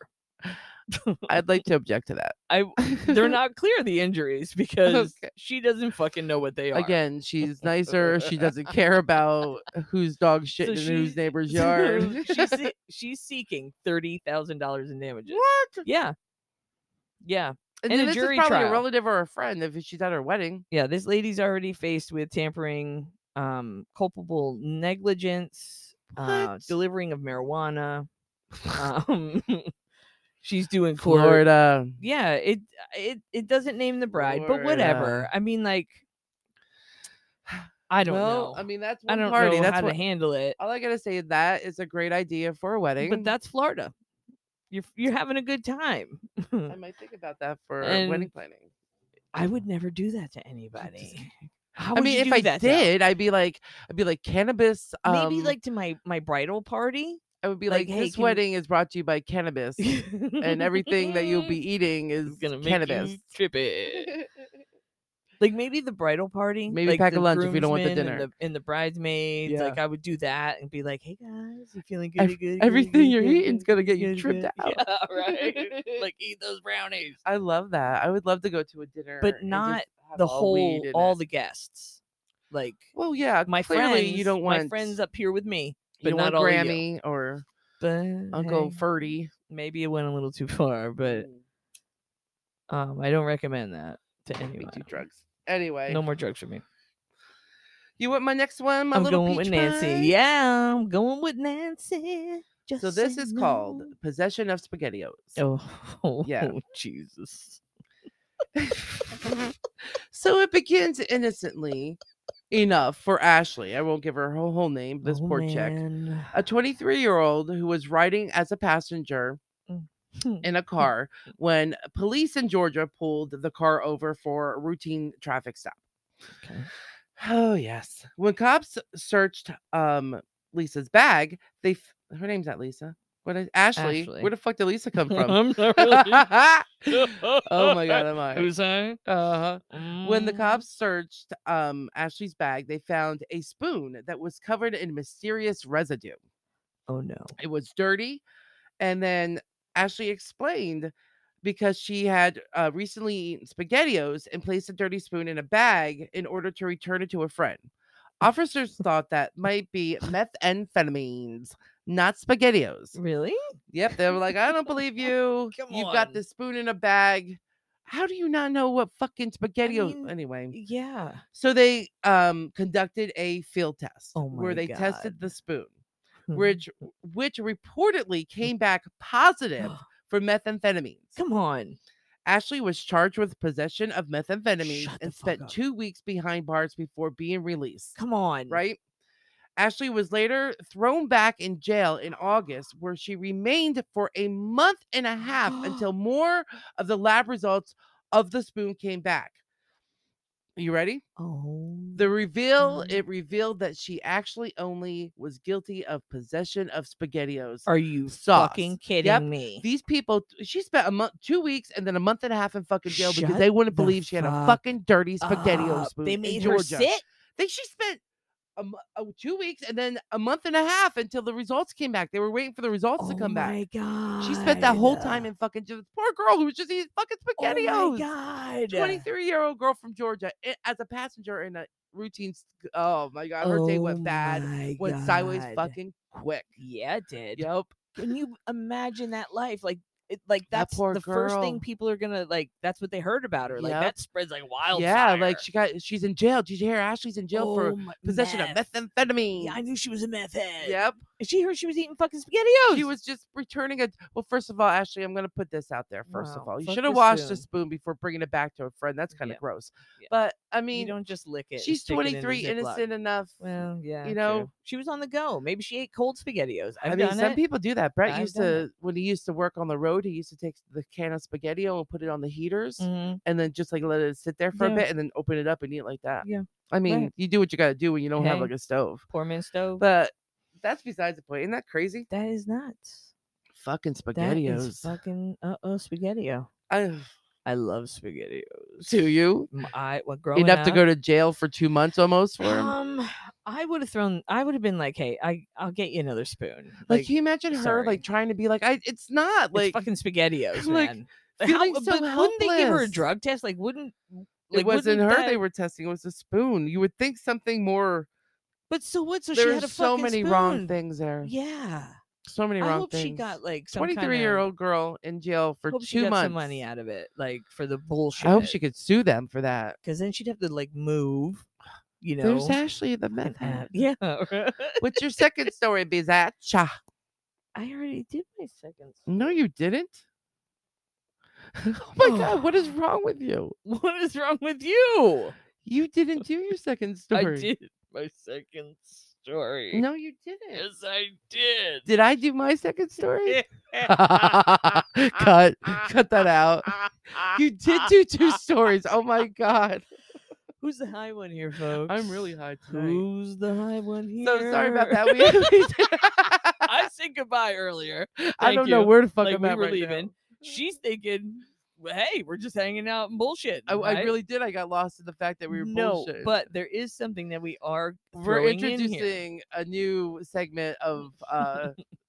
Speaker 2: I'd like to object to that.
Speaker 1: I they're not clear the injuries because
Speaker 2: Okay.
Speaker 1: she doesn't fucking know what they are.
Speaker 2: Again, she's nicer. She doesn't care about whose dog shit in
Speaker 1: she-
Speaker 2: whose neighbor's yard.
Speaker 1: she's, se- she's seeking thirty thousand dollars in damages.
Speaker 2: what?
Speaker 1: Yeah, yeah,
Speaker 2: And,
Speaker 1: In a
Speaker 2: then this
Speaker 1: jury
Speaker 2: is probably
Speaker 1: trial.
Speaker 2: a relative or a friend if she's at her wedding.
Speaker 1: yeah. This lady's already faced with tampering, um, culpable negligence, uh,
Speaker 2: What?
Speaker 1: delivering of marijuana. Um, she's doing court.
Speaker 2: Florida.
Speaker 1: Yeah, it it it doesn't name the bride, but whatever. I mean, like, I don't know.
Speaker 2: well, I mean, that's
Speaker 1: I
Speaker 2: one
Speaker 1: don't
Speaker 2: party.
Speaker 1: know
Speaker 2: that's
Speaker 1: how
Speaker 2: what
Speaker 1: to handle it.
Speaker 2: all I gotta say is that is a great idea for a wedding.
Speaker 1: But that's Florida. You're you're having a good time.
Speaker 2: I might think about that for
Speaker 1: And
Speaker 2: wedding planning.
Speaker 1: I would never do that to anybody. How
Speaker 2: I
Speaker 1: would
Speaker 2: mean,
Speaker 1: you
Speaker 2: if
Speaker 1: do
Speaker 2: I
Speaker 1: that, though?
Speaker 2: did, I'd be like, I'd be like cannabis. Um,
Speaker 1: maybe like to my my bridal party,
Speaker 2: I would be
Speaker 1: like,
Speaker 2: like,
Speaker 1: "Hey,
Speaker 2: this
Speaker 1: can you-"
Speaker 2: wedding is brought to you by cannabis, and everything that you'll be eating is
Speaker 1: is gonna make
Speaker 2: cannabis.
Speaker 1: you trippy. Like maybe the bridal party,
Speaker 2: Maybe
Speaker 1: like
Speaker 2: pack a
Speaker 1: the
Speaker 2: lunch if you don't want the
Speaker 1: groomsmen
Speaker 2: dinner.
Speaker 1: and the, and the bridesmaids.
Speaker 2: Yeah.
Speaker 1: Like I would do that and be like, "Hey guys, you feeling good?
Speaker 2: Ev-
Speaker 1: good, good,
Speaker 2: Everything
Speaker 1: good,
Speaker 2: you're
Speaker 1: good,
Speaker 2: eating's
Speaker 1: good,
Speaker 2: gonna get you
Speaker 1: good,
Speaker 2: tripped
Speaker 1: good?"
Speaker 2: out.
Speaker 1: Yeah, right. like eat those brownies.
Speaker 2: I love that. I would love to go to a dinner, and just
Speaker 1: not
Speaker 2: have
Speaker 1: the
Speaker 2: all weed
Speaker 1: whole
Speaker 2: in
Speaker 1: all
Speaker 2: it.
Speaker 1: the guests like
Speaker 2: Well, yeah,
Speaker 1: my
Speaker 2: clearly
Speaker 1: friends
Speaker 2: you don't want
Speaker 1: my friends up here with me
Speaker 2: you
Speaker 1: but
Speaker 2: don't
Speaker 1: not
Speaker 2: want
Speaker 1: all of you.
Speaker 2: Grammy or
Speaker 1: but
Speaker 2: Uncle
Speaker 1: hey,
Speaker 2: Ferdy. mm,
Speaker 1: maybe it went a little too far but um i don't recommend that to
Speaker 2: Me
Speaker 1: anyone
Speaker 2: too, drugs. Anyway,
Speaker 1: no more drugs for me
Speaker 2: you want my next one? My
Speaker 1: i'm
Speaker 2: little
Speaker 1: going with
Speaker 2: peach
Speaker 1: nancy
Speaker 2: pie?
Speaker 1: yeah i'm going with nancy just
Speaker 2: So this
Speaker 1: say
Speaker 2: is called
Speaker 1: no.
Speaker 2: possession of spaghettios.
Speaker 1: oh
Speaker 2: Yeah.
Speaker 1: jesus
Speaker 2: so it begins innocently enough for Ashley. I won't give her her whole name. This
Speaker 1: Oh,
Speaker 2: poor chick,
Speaker 1: man.
Speaker 2: a 23 year old who was riding as a passenger
Speaker 1: Mm, hmm.
Speaker 2: in a car when police in Georgia pulled the car over for a routine traffic stop.
Speaker 1: Okay.
Speaker 2: Oh yes. When cops searched um Lisa's bag, they f- her name's not Lisa. What is Ashley?
Speaker 1: Ashley.
Speaker 2: Where the fuck did Lisa come from?
Speaker 1: I'm not really-
Speaker 2: oh my god, am I?
Speaker 1: who's i
Speaker 2: Uh-huh. When the
Speaker 1: Mm.
Speaker 2: cops searched um Ashley's bag, they found a spoon that was covered in mysterious residue.
Speaker 1: oh no
Speaker 2: It was dirty, and then Ashley explained because she had uh, recently eaten spaghettios and placed a dirty spoon in a bag in order to return it to a friend. Officers thought that might be methamphetamines, not spaghettios.
Speaker 1: really
Speaker 2: Yep, they were like, I don't believe you.
Speaker 1: Come
Speaker 2: You've got
Speaker 1: on.
Speaker 2: this spoon in a bag. How do you not know what fucking spaghettios?
Speaker 1: mean,
Speaker 2: anyway,
Speaker 1: yeah
Speaker 2: so they um conducted a field test
Speaker 1: Oh my
Speaker 2: where they tested the spoon,
Speaker 1: Hmm.
Speaker 2: which which reportedly
Speaker 1: Mm.
Speaker 2: came back positive for methamphetamines.
Speaker 1: Come on.
Speaker 2: Ashley was charged with possession of methamphetamines
Speaker 1: Shut the
Speaker 2: and
Speaker 1: fuck
Speaker 2: spent
Speaker 1: up.
Speaker 2: two weeks behind bars before being released.
Speaker 1: Come on.
Speaker 2: Right? Ashley was later thrown back in jail in August, where she remained for a month and a half until more of the lab results of the spoon came back. You ready?
Speaker 1: Oh.
Speaker 2: The reveal
Speaker 1: Mhm.
Speaker 2: it revealed that she actually only was guilty of possession of spaghettios.
Speaker 1: Are you
Speaker 2: sauce.
Speaker 1: fucking kidding
Speaker 2: Yep.
Speaker 1: me?
Speaker 2: These people, she spent a month, two weeks, and then a month and a half in fucking jail because
Speaker 1: Shut
Speaker 2: they wouldn't
Speaker 1: the
Speaker 2: believe she had a
Speaker 1: fuck
Speaker 2: fucking dirty spaghetti
Speaker 1: Up.
Speaker 2: spoon
Speaker 1: They
Speaker 2: in
Speaker 1: made her
Speaker 2: Georgia.
Speaker 1: sit.
Speaker 2: They she spent a, mo- oh, two weeks and then a month and a half until the results came back. They were waiting for the results
Speaker 1: oh
Speaker 2: to come
Speaker 1: my
Speaker 2: back.
Speaker 1: god.
Speaker 2: She spent that whole time in fucking jail. Poor girl who was just eating fucking
Speaker 1: Oh
Speaker 2: spaghettios.
Speaker 1: my god.
Speaker 2: 23 year old girl from Georgia i- as a eh, passenger in a routine. st- Oh my god, her day went bad.
Speaker 1: my
Speaker 2: Went sideways
Speaker 1: God.
Speaker 2: fucking quick.
Speaker 1: Yeah, it did.
Speaker 2: Yep.
Speaker 1: Can you imagine that life? Like, it, like
Speaker 2: That
Speaker 1: that's
Speaker 2: poor
Speaker 1: the first
Speaker 2: girl.
Speaker 1: thing people are gonna like. That's what they heard about her. Like
Speaker 2: Yep.
Speaker 1: that spreads like wildfire.
Speaker 2: Yeah, like she got she's in jail. Did you hear Ashley's in jail for
Speaker 1: Oh, my-
Speaker 2: possession
Speaker 1: meth.
Speaker 2: of methamphetamine?
Speaker 1: Yeah, I knew she was a meth head.
Speaker 2: Yep.
Speaker 1: And she heard she was eating fucking spaghettios.
Speaker 2: She was just returning a. Well, first of all, Ashley, I'm going to put this out there. First of
Speaker 1: Wow,
Speaker 2: all, you
Speaker 1: fuck
Speaker 2: should have
Speaker 1: the
Speaker 2: washed the
Speaker 1: spoon.
Speaker 2: spoon before bringing it back to a friend. That's kind of
Speaker 1: Yeah.
Speaker 2: gross.
Speaker 1: Yeah.
Speaker 2: But I
Speaker 1: you
Speaker 2: mean,
Speaker 1: don't just lick it. and
Speaker 2: she's
Speaker 1: stick it in a
Speaker 2: 23,
Speaker 1: Ziploc.
Speaker 2: innocent enough.
Speaker 1: Well, yeah, true.
Speaker 2: know?
Speaker 1: she was on the go. Maybe she ate cold spaghettios. I've
Speaker 2: I mean,
Speaker 1: done
Speaker 2: some
Speaker 1: it.
Speaker 2: people do that. Brett
Speaker 1: I've
Speaker 2: used
Speaker 1: done
Speaker 2: to,
Speaker 1: it.
Speaker 2: when he used to work on the road, he used to take the can of spaghetti and put it on the heaters
Speaker 1: Mhm.
Speaker 2: and then just like let it sit there for a
Speaker 1: Yeah.
Speaker 2: bit and then open it up and eat like that.
Speaker 1: Yeah.
Speaker 2: I mean, you do what you got to do when you don't have
Speaker 1: Hey.
Speaker 2: like a stove.
Speaker 1: Poor man stove.
Speaker 2: But that's besides the point. Isn't that crazy?
Speaker 1: that is nuts.
Speaker 2: Fucking
Speaker 1: That is
Speaker 2: spaghettios.
Speaker 1: fucking uh oh spaghettio.
Speaker 2: I,
Speaker 1: I love spaghettios.
Speaker 2: to you.
Speaker 1: M- I well, growing
Speaker 2: enough
Speaker 1: up,
Speaker 2: to go to jail for two months almost for him.
Speaker 1: Um, I would have thrown. I would have been like, "Hey, I I'll get you another spoon."
Speaker 2: Like, can you imagine her
Speaker 1: sorry.
Speaker 2: like trying to be like, I it's not
Speaker 1: like
Speaker 2: like
Speaker 1: it's fucking spaghettios,
Speaker 2: like,
Speaker 1: man.
Speaker 2: feeling so
Speaker 1: wouldn't they give her a
Speaker 2: helpless.
Speaker 1: drug test? Like, wouldn't
Speaker 2: it
Speaker 1: like,
Speaker 2: wasn't her
Speaker 1: wouldn't
Speaker 2: they
Speaker 1: that-
Speaker 2: were testing, it was a spoon. You would think something more
Speaker 1: But so what? So she
Speaker 2: there's
Speaker 1: had a
Speaker 2: so
Speaker 1: fucking
Speaker 2: many wrong
Speaker 1: spoon.
Speaker 2: things there.
Speaker 1: Yeah,
Speaker 2: So many
Speaker 1: I
Speaker 2: wrong
Speaker 1: hope
Speaker 2: things.
Speaker 1: she got like some kind of-
Speaker 2: twenty three year old girl in jail for
Speaker 1: hope
Speaker 2: two
Speaker 1: she got
Speaker 2: months.
Speaker 1: some money out of it, like for the bullshit.
Speaker 2: I hope she could sue them for that.
Speaker 1: because then she'd have to like move. You know,
Speaker 2: There's Ashley the meth
Speaker 1: and
Speaker 2: head.
Speaker 1: add- yeah.
Speaker 2: What's your second story, Bizacha?
Speaker 1: I already did my second.
Speaker 2: No, you didn't. oh my god, what is wrong with you?
Speaker 1: What is wrong with you?
Speaker 2: You didn't do your second
Speaker 1: I
Speaker 2: story.
Speaker 1: did my second story.
Speaker 2: No, you didn't.
Speaker 1: Yes, I did.
Speaker 2: Did I do my second story? cut, cut that out. You did do two stories. Oh my god,
Speaker 1: Who's the high one here, folks?
Speaker 2: I'm really high tonight.
Speaker 1: Who's the high one here?
Speaker 2: So sorry about that. We, we did-
Speaker 1: I said goodbye earlier.
Speaker 2: I
Speaker 1: Thank
Speaker 2: don't know
Speaker 1: you.
Speaker 2: where the fuck
Speaker 1: Like,
Speaker 2: I'm
Speaker 1: we
Speaker 2: at
Speaker 1: were
Speaker 2: right
Speaker 1: leaving.
Speaker 2: now.
Speaker 1: She's thinking, "Well, "Hey, we're just hanging out and bullshit."
Speaker 2: I, I really did. I got lost in the fact that we were
Speaker 1: no,
Speaker 2: bullshitting.
Speaker 1: but there is something that we are
Speaker 2: we're
Speaker 1: throwing in here.
Speaker 2: introducing a new segment of uh,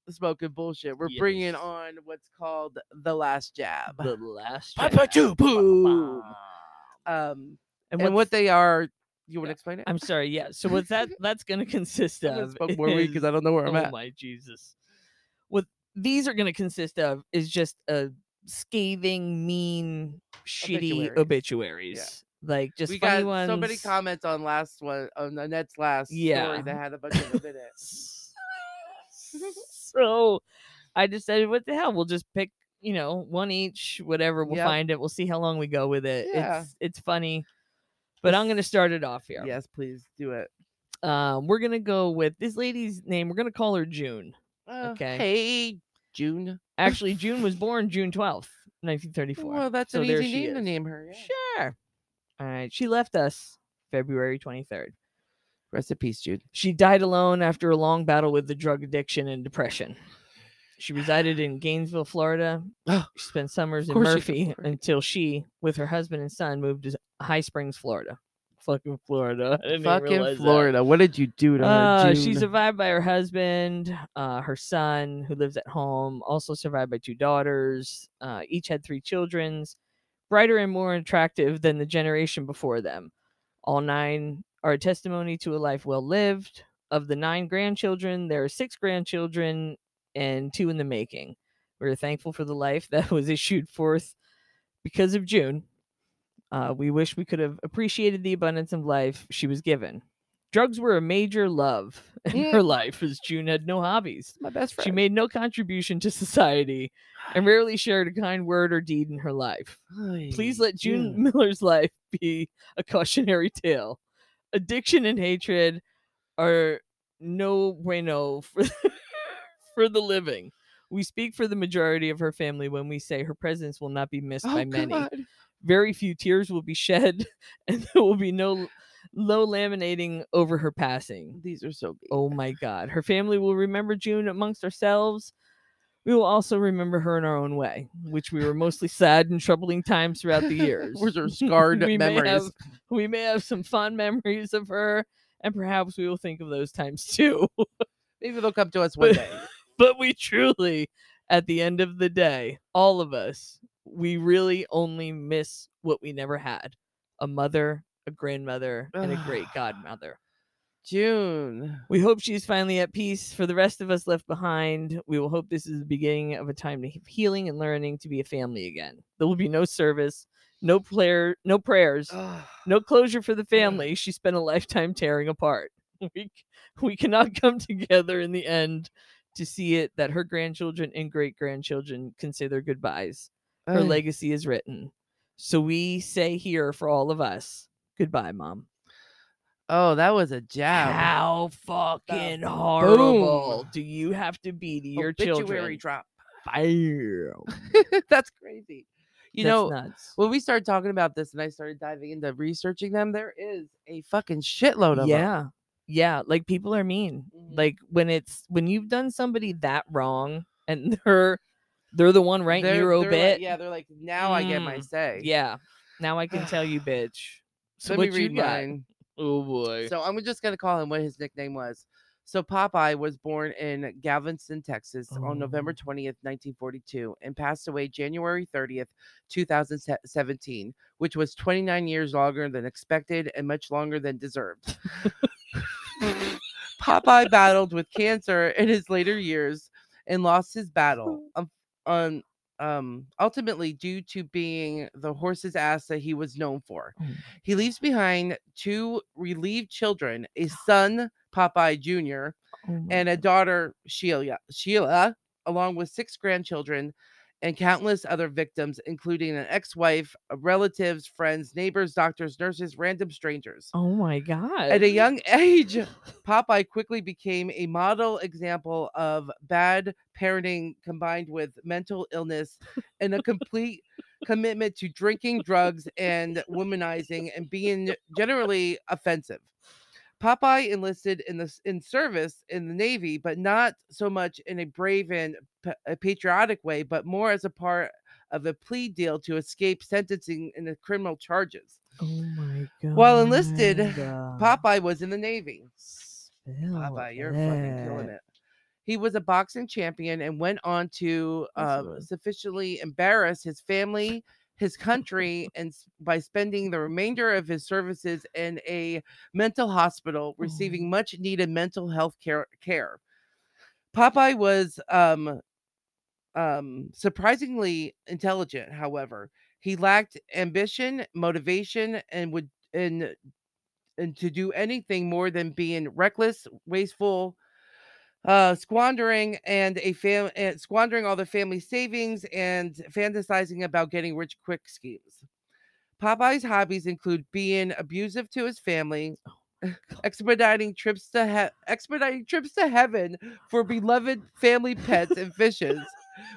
Speaker 2: smoke and bullshit. We're bringing
Speaker 1: Yes.
Speaker 2: on what's called the last jab.
Speaker 1: the last
Speaker 2: Pipe by
Speaker 1: jab.
Speaker 2: two, boom.
Speaker 1: Ba-ba.
Speaker 2: Um,
Speaker 1: And, what
Speaker 2: and what they are, you want to
Speaker 1: Yeah,
Speaker 2: explain it?
Speaker 1: I'm sorry, yeah. So what that that's going to consist
Speaker 2: I'm gonna
Speaker 1: of
Speaker 2: smoke more weed because
Speaker 1: is-
Speaker 2: I don't know where I'm
Speaker 1: oh
Speaker 2: at.
Speaker 1: my Jesus. What these are going to consist of is just a scathing, mean, shitty
Speaker 2: Obituaries.
Speaker 1: obituaries. Like just
Speaker 2: we
Speaker 1: funny
Speaker 2: got
Speaker 1: ones.
Speaker 2: so many comments on last one on Annette's last
Speaker 1: Yeah.
Speaker 2: story that had a bunch of them in it.
Speaker 1: so I decided, what the hell? We'll just pick, you know, one each, whatever. We'll
Speaker 2: Yep.
Speaker 1: find it. We'll see how long we go with it.
Speaker 2: Yeah.
Speaker 1: It's it's funny. But I'm gonna start it off here.
Speaker 2: Yes, please do it.
Speaker 1: Um, we're gonna go with this lady's name. We're gonna call her June.
Speaker 2: Uh,
Speaker 1: Okay.
Speaker 2: Hey, June.
Speaker 1: Actually, June was born June 12th, 1934.
Speaker 2: Well, that's
Speaker 1: so
Speaker 2: an
Speaker 1: there
Speaker 2: easy
Speaker 1: she
Speaker 2: name to
Speaker 1: is.
Speaker 2: name her. yeah.
Speaker 1: Sure. All right. She left us February 23rd.
Speaker 2: Rest in peace, June.
Speaker 1: She died alone after a long battle with the drug addiction and depression. She resided in Gainesville, Florida.
Speaker 2: Oh,
Speaker 1: She spent summers
Speaker 2: of
Speaker 1: in
Speaker 2: course she did,
Speaker 1: Murphy
Speaker 2: Florida.
Speaker 1: until she, with her husband and son, moved to High Springs, Florida. Fucking Florida. I didn't even
Speaker 2: Fucking
Speaker 1: realize that.
Speaker 2: Florida. What did you do to her?
Speaker 1: Uh,
Speaker 2: June?
Speaker 1: she's survived by her husband, uh, her son, who lives at home, also survived by two daughters. Uh, each had three children, brighter and more attractive than the generation before them. All nine are a testimony to a life well lived. Of the nine grandchildren, there are six grandchildren and two in the making. We are thankful for the life that was issued forth because of June. Uh, we wish we could have appreciated the abundance of life she was given. Drugs were a major love in
Speaker 2: Mm.
Speaker 1: her life, as June had no hobbies.
Speaker 2: my best friend.
Speaker 1: She made no contribution to society and rarely shared a kind word or deed in her life. Please
Speaker 2: Ay,
Speaker 1: let June Miller's life be a cautionary tale. Addiction and hatred are no bueno for, for the living. We speak for the majority of her family when we say her presence will not be missed
Speaker 2: Oh,
Speaker 1: by many.
Speaker 2: God.
Speaker 1: Very few tears will be shed, and there will be no low laminating over her passing.
Speaker 2: These are so. mean.
Speaker 1: Oh my God. Her family will remember June amongst ourselves. We will also remember her in our own way, which we were mostly sad and troubling times throughout the years.
Speaker 2: Those are scarred
Speaker 1: We may
Speaker 2: memories.
Speaker 1: have- we may have some fond memories of her, and perhaps we will think of those times too.
Speaker 2: Maybe they'll come to us one
Speaker 1: But-
Speaker 2: day.
Speaker 1: but we truly, at the end of the day, all of us, we really only miss what we never had a mother a grandmother, and a great godmother.
Speaker 2: June.
Speaker 1: We hope she's finally at peace. For the rest of us left behind, we will hope this is the beginning of a time of healing and learning to be a family again. There will be no service, no prayer, no prayers, no closure for the family she spent a lifetime tearing apart. We, c- we cannot come together in the end to see it that her grandchildren and great grandchildren can say their goodbyes. Her
Speaker 2: Ugh.
Speaker 1: legacy is written. So we say here for all of us, goodbye, mom.
Speaker 2: Oh, that was a jab.
Speaker 1: How fucking horrible
Speaker 2: boom.
Speaker 1: do you have to be to your children?
Speaker 2: Obituary drop.
Speaker 1: Bam.
Speaker 2: That's crazy. You
Speaker 1: That's
Speaker 2: know,
Speaker 1: nuts.
Speaker 2: when we started talking about this and I started diving into researching them, there is a fucking shitload of 'em.
Speaker 1: yeah yeah like people are mean
Speaker 2: Mhm.
Speaker 1: like when it's when you've done somebody that wrong and they're they're the one right
Speaker 2: They're-
Speaker 1: you
Speaker 2: they're
Speaker 1: bit
Speaker 2: Like, yeah, they're like, now I get my
Speaker 1: Mm,
Speaker 2: say.
Speaker 1: yeah now i can tell you bitch so
Speaker 2: Let
Speaker 1: what you
Speaker 2: me read
Speaker 1: got?
Speaker 2: mine.
Speaker 1: oh boy
Speaker 2: So I'm just gonna call him what his nickname was. So Popeye was born in Galveston, Texas, on November
Speaker 1: Oh.
Speaker 2: 20th, 1942, and passed away January 30th, 2017, which was 29 years longer than expected and much longer than deserved. Popeye battled with cancer in his later years and lost his battle. Um, um, um, ultimately, due to being the horse's ass that he was known for,
Speaker 1: Oh my
Speaker 2: he leaves behind two relieved children: a son, Popeye Jr.,
Speaker 1: oh my
Speaker 2: and a
Speaker 1: God.
Speaker 2: daughter, Sheila. Sheila, along with six grandchildren and countless other victims, including an ex-wife, relatives, friends, neighbors, doctors, nurses, random strangers.
Speaker 1: oh my god Oh
Speaker 2: At a young age, Popeye quickly became a model example of bad parenting combined with mental illness and a complete commitment to drinking, drugs, and womanizing and being generally offensive. Popeye enlisted in the s- in service in the Navy, but not so much in a brave and pa- a patriotic way, but more as a part of a plea deal to escape sentencing and the criminal charges.
Speaker 1: oh my god
Speaker 2: While enlisted,
Speaker 1: uh,
Speaker 2: Popeye was in the Navy.
Speaker 1: spill
Speaker 2: Papa, you're fucking killing
Speaker 1: it.
Speaker 2: it. He was a boxing champion and went on to uh,
Speaker 1: Absolutely.
Speaker 2: sufficiently embarrass his family, his country, and s- by spending the remainder of his services in a mental hospital, receiving much needed mental health care. care. Popeye was um, um, surprisingly intelligent, however. He lacked ambition, motivation, and would and and to do anything more than being reckless, wasteful, uh, squandering and a fam and squandering all the family savings and fantasizing about getting rich quick schemes. Popeye's hobbies include being abusive to his family, expediting trips to he- expediting trips to heaven for beloved family pets and fishes,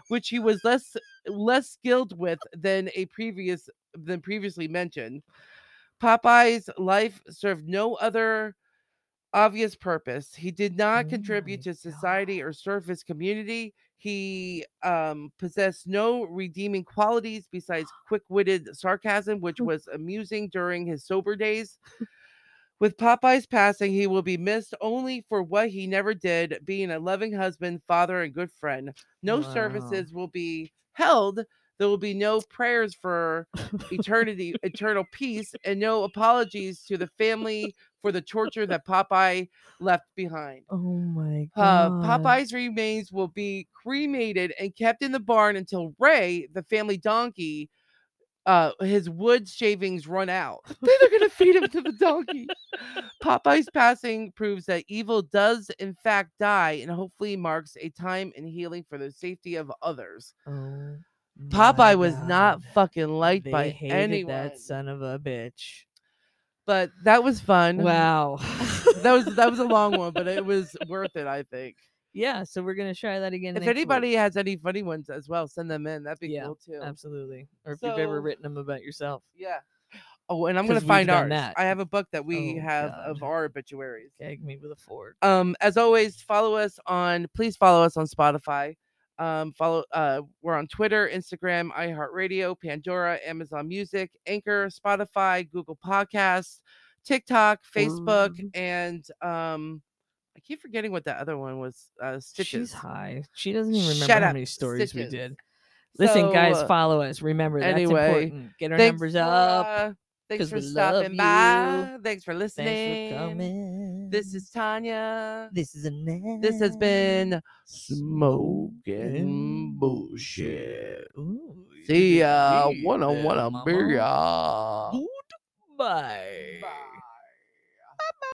Speaker 2: which he was less less skilled with than a previous than previously mentioned. Popeye's life served no other obvious purpose. He did not
Speaker 1: Oh
Speaker 2: contribute
Speaker 1: my
Speaker 2: to society or serve his community. He um, possessed no redeeming qualities besides quick witted sarcasm, which was amusing during his sober days. With Popeye's passing, he will be missed only for what he never did being a loving husband, father, and good friend. No
Speaker 1: Wow.
Speaker 2: services will be held. There will be no prayers for eternity, eternal peace, and no apologies to the family for the torture that Popeye left behind.
Speaker 1: oh my
Speaker 2: Uh,
Speaker 1: god
Speaker 2: Popeye's remains will be cremated and kept in the barn until Ray, the family donkey, uh, his wood shavings run out. Then they're gonna feed him to the donkey. Popeye's passing proves that evil does in fact die, and hopefully marks a time in healing for the safety of others.
Speaker 1: oh my
Speaker 2: Popeye was not
Speaker 1: God.
Speaker 2: fucking liked
Speaker 1: they
Speaker 2: by
Speaker 1: hated
Speaker 2: anyone,
Speaker 1: that son of a bitch
Speaker 2: but that was fun.
Speaker 1: Wow.
Speaker 2: that was that was a long one, but it was worth it. I think.
Speaker 1: yeah, so we're gonna try that again.
Speaker 2: if
Speaker 1: next week.
Speaker 2: anybody has any funny ones as well, send them in. That'd be
Speaker 1: Yeah,
Speaker 2: cool too.
Speaker 1: absolutely, or if you've ever
Speaker 2: So-
Speaker 1: written them about yourself,
Speaker 2: Yeah. Oh, and I'm gonna
Speaker 1: 'Cause we've
Speaker 2: find
Speaker 1: done
Speaker 2: ours.
Speaker 1: that.
Speaker 2: I have a book that we
Speaker 1: Oh,
Speaker 2: have
Speaker 1: God.
Speaker 2: of our obituaries.
Speaker 1: gag me with a fork.
Speaker 2: Um, as always, follow us on. Please follow us on Spotify. Um, follow. Uh, we're on Twitter, Instagram, iHeartRadio, Pandora, Amazon Music, Anchor, Spotify, Google Podcasts, TikTok, Facebook,
Speaker 1: Word.
Speaker 2: and um, I keep forgetting what the other one was. Uh, Stitches.
Speaker 1: She's high. She doesn't even remember
Speaker 2: Shut
Speaker 1: how
Speaker 2: up,
Speaker 1: many stories
Speaker 2: Stitches.
Speaker 1: we did. Listen,
Speaker 2: So,
Speaker 1: guys,
Speaker 2: uh,
Speaker 1: follow us. Remember that's
Speaker 2: anyway,
Speaker 1: important. Get our
Speaker 2: Thanks
Speaker 1: numbers
Speaker 2: for,
Speaker 1: up.
Speaker 2: uh, Thanks
Speaker 1: 'Cause
Speaker 2: for
Speaker 1: we love
Speaker 2: stopping by. Thanks for listening.
Speaker 1: Thanks for coming.
Speaker 2: This is Tanya.
Speaker 1: this is a
Speaker 2: This has been
Speaker 1: Smoking
Speaker 2: Smoking Bullshit.
Speaker 1: Ooh,
Speaker 2: See
Speaker 1: yeah,
Speaker 2: ya.
Speaker 1: yeah,
Speaker 2: One on one on
Speaker 1: mama.
Speaker 2: beer.
Speaker 1: Goodbye.
Speaker 2: Bye.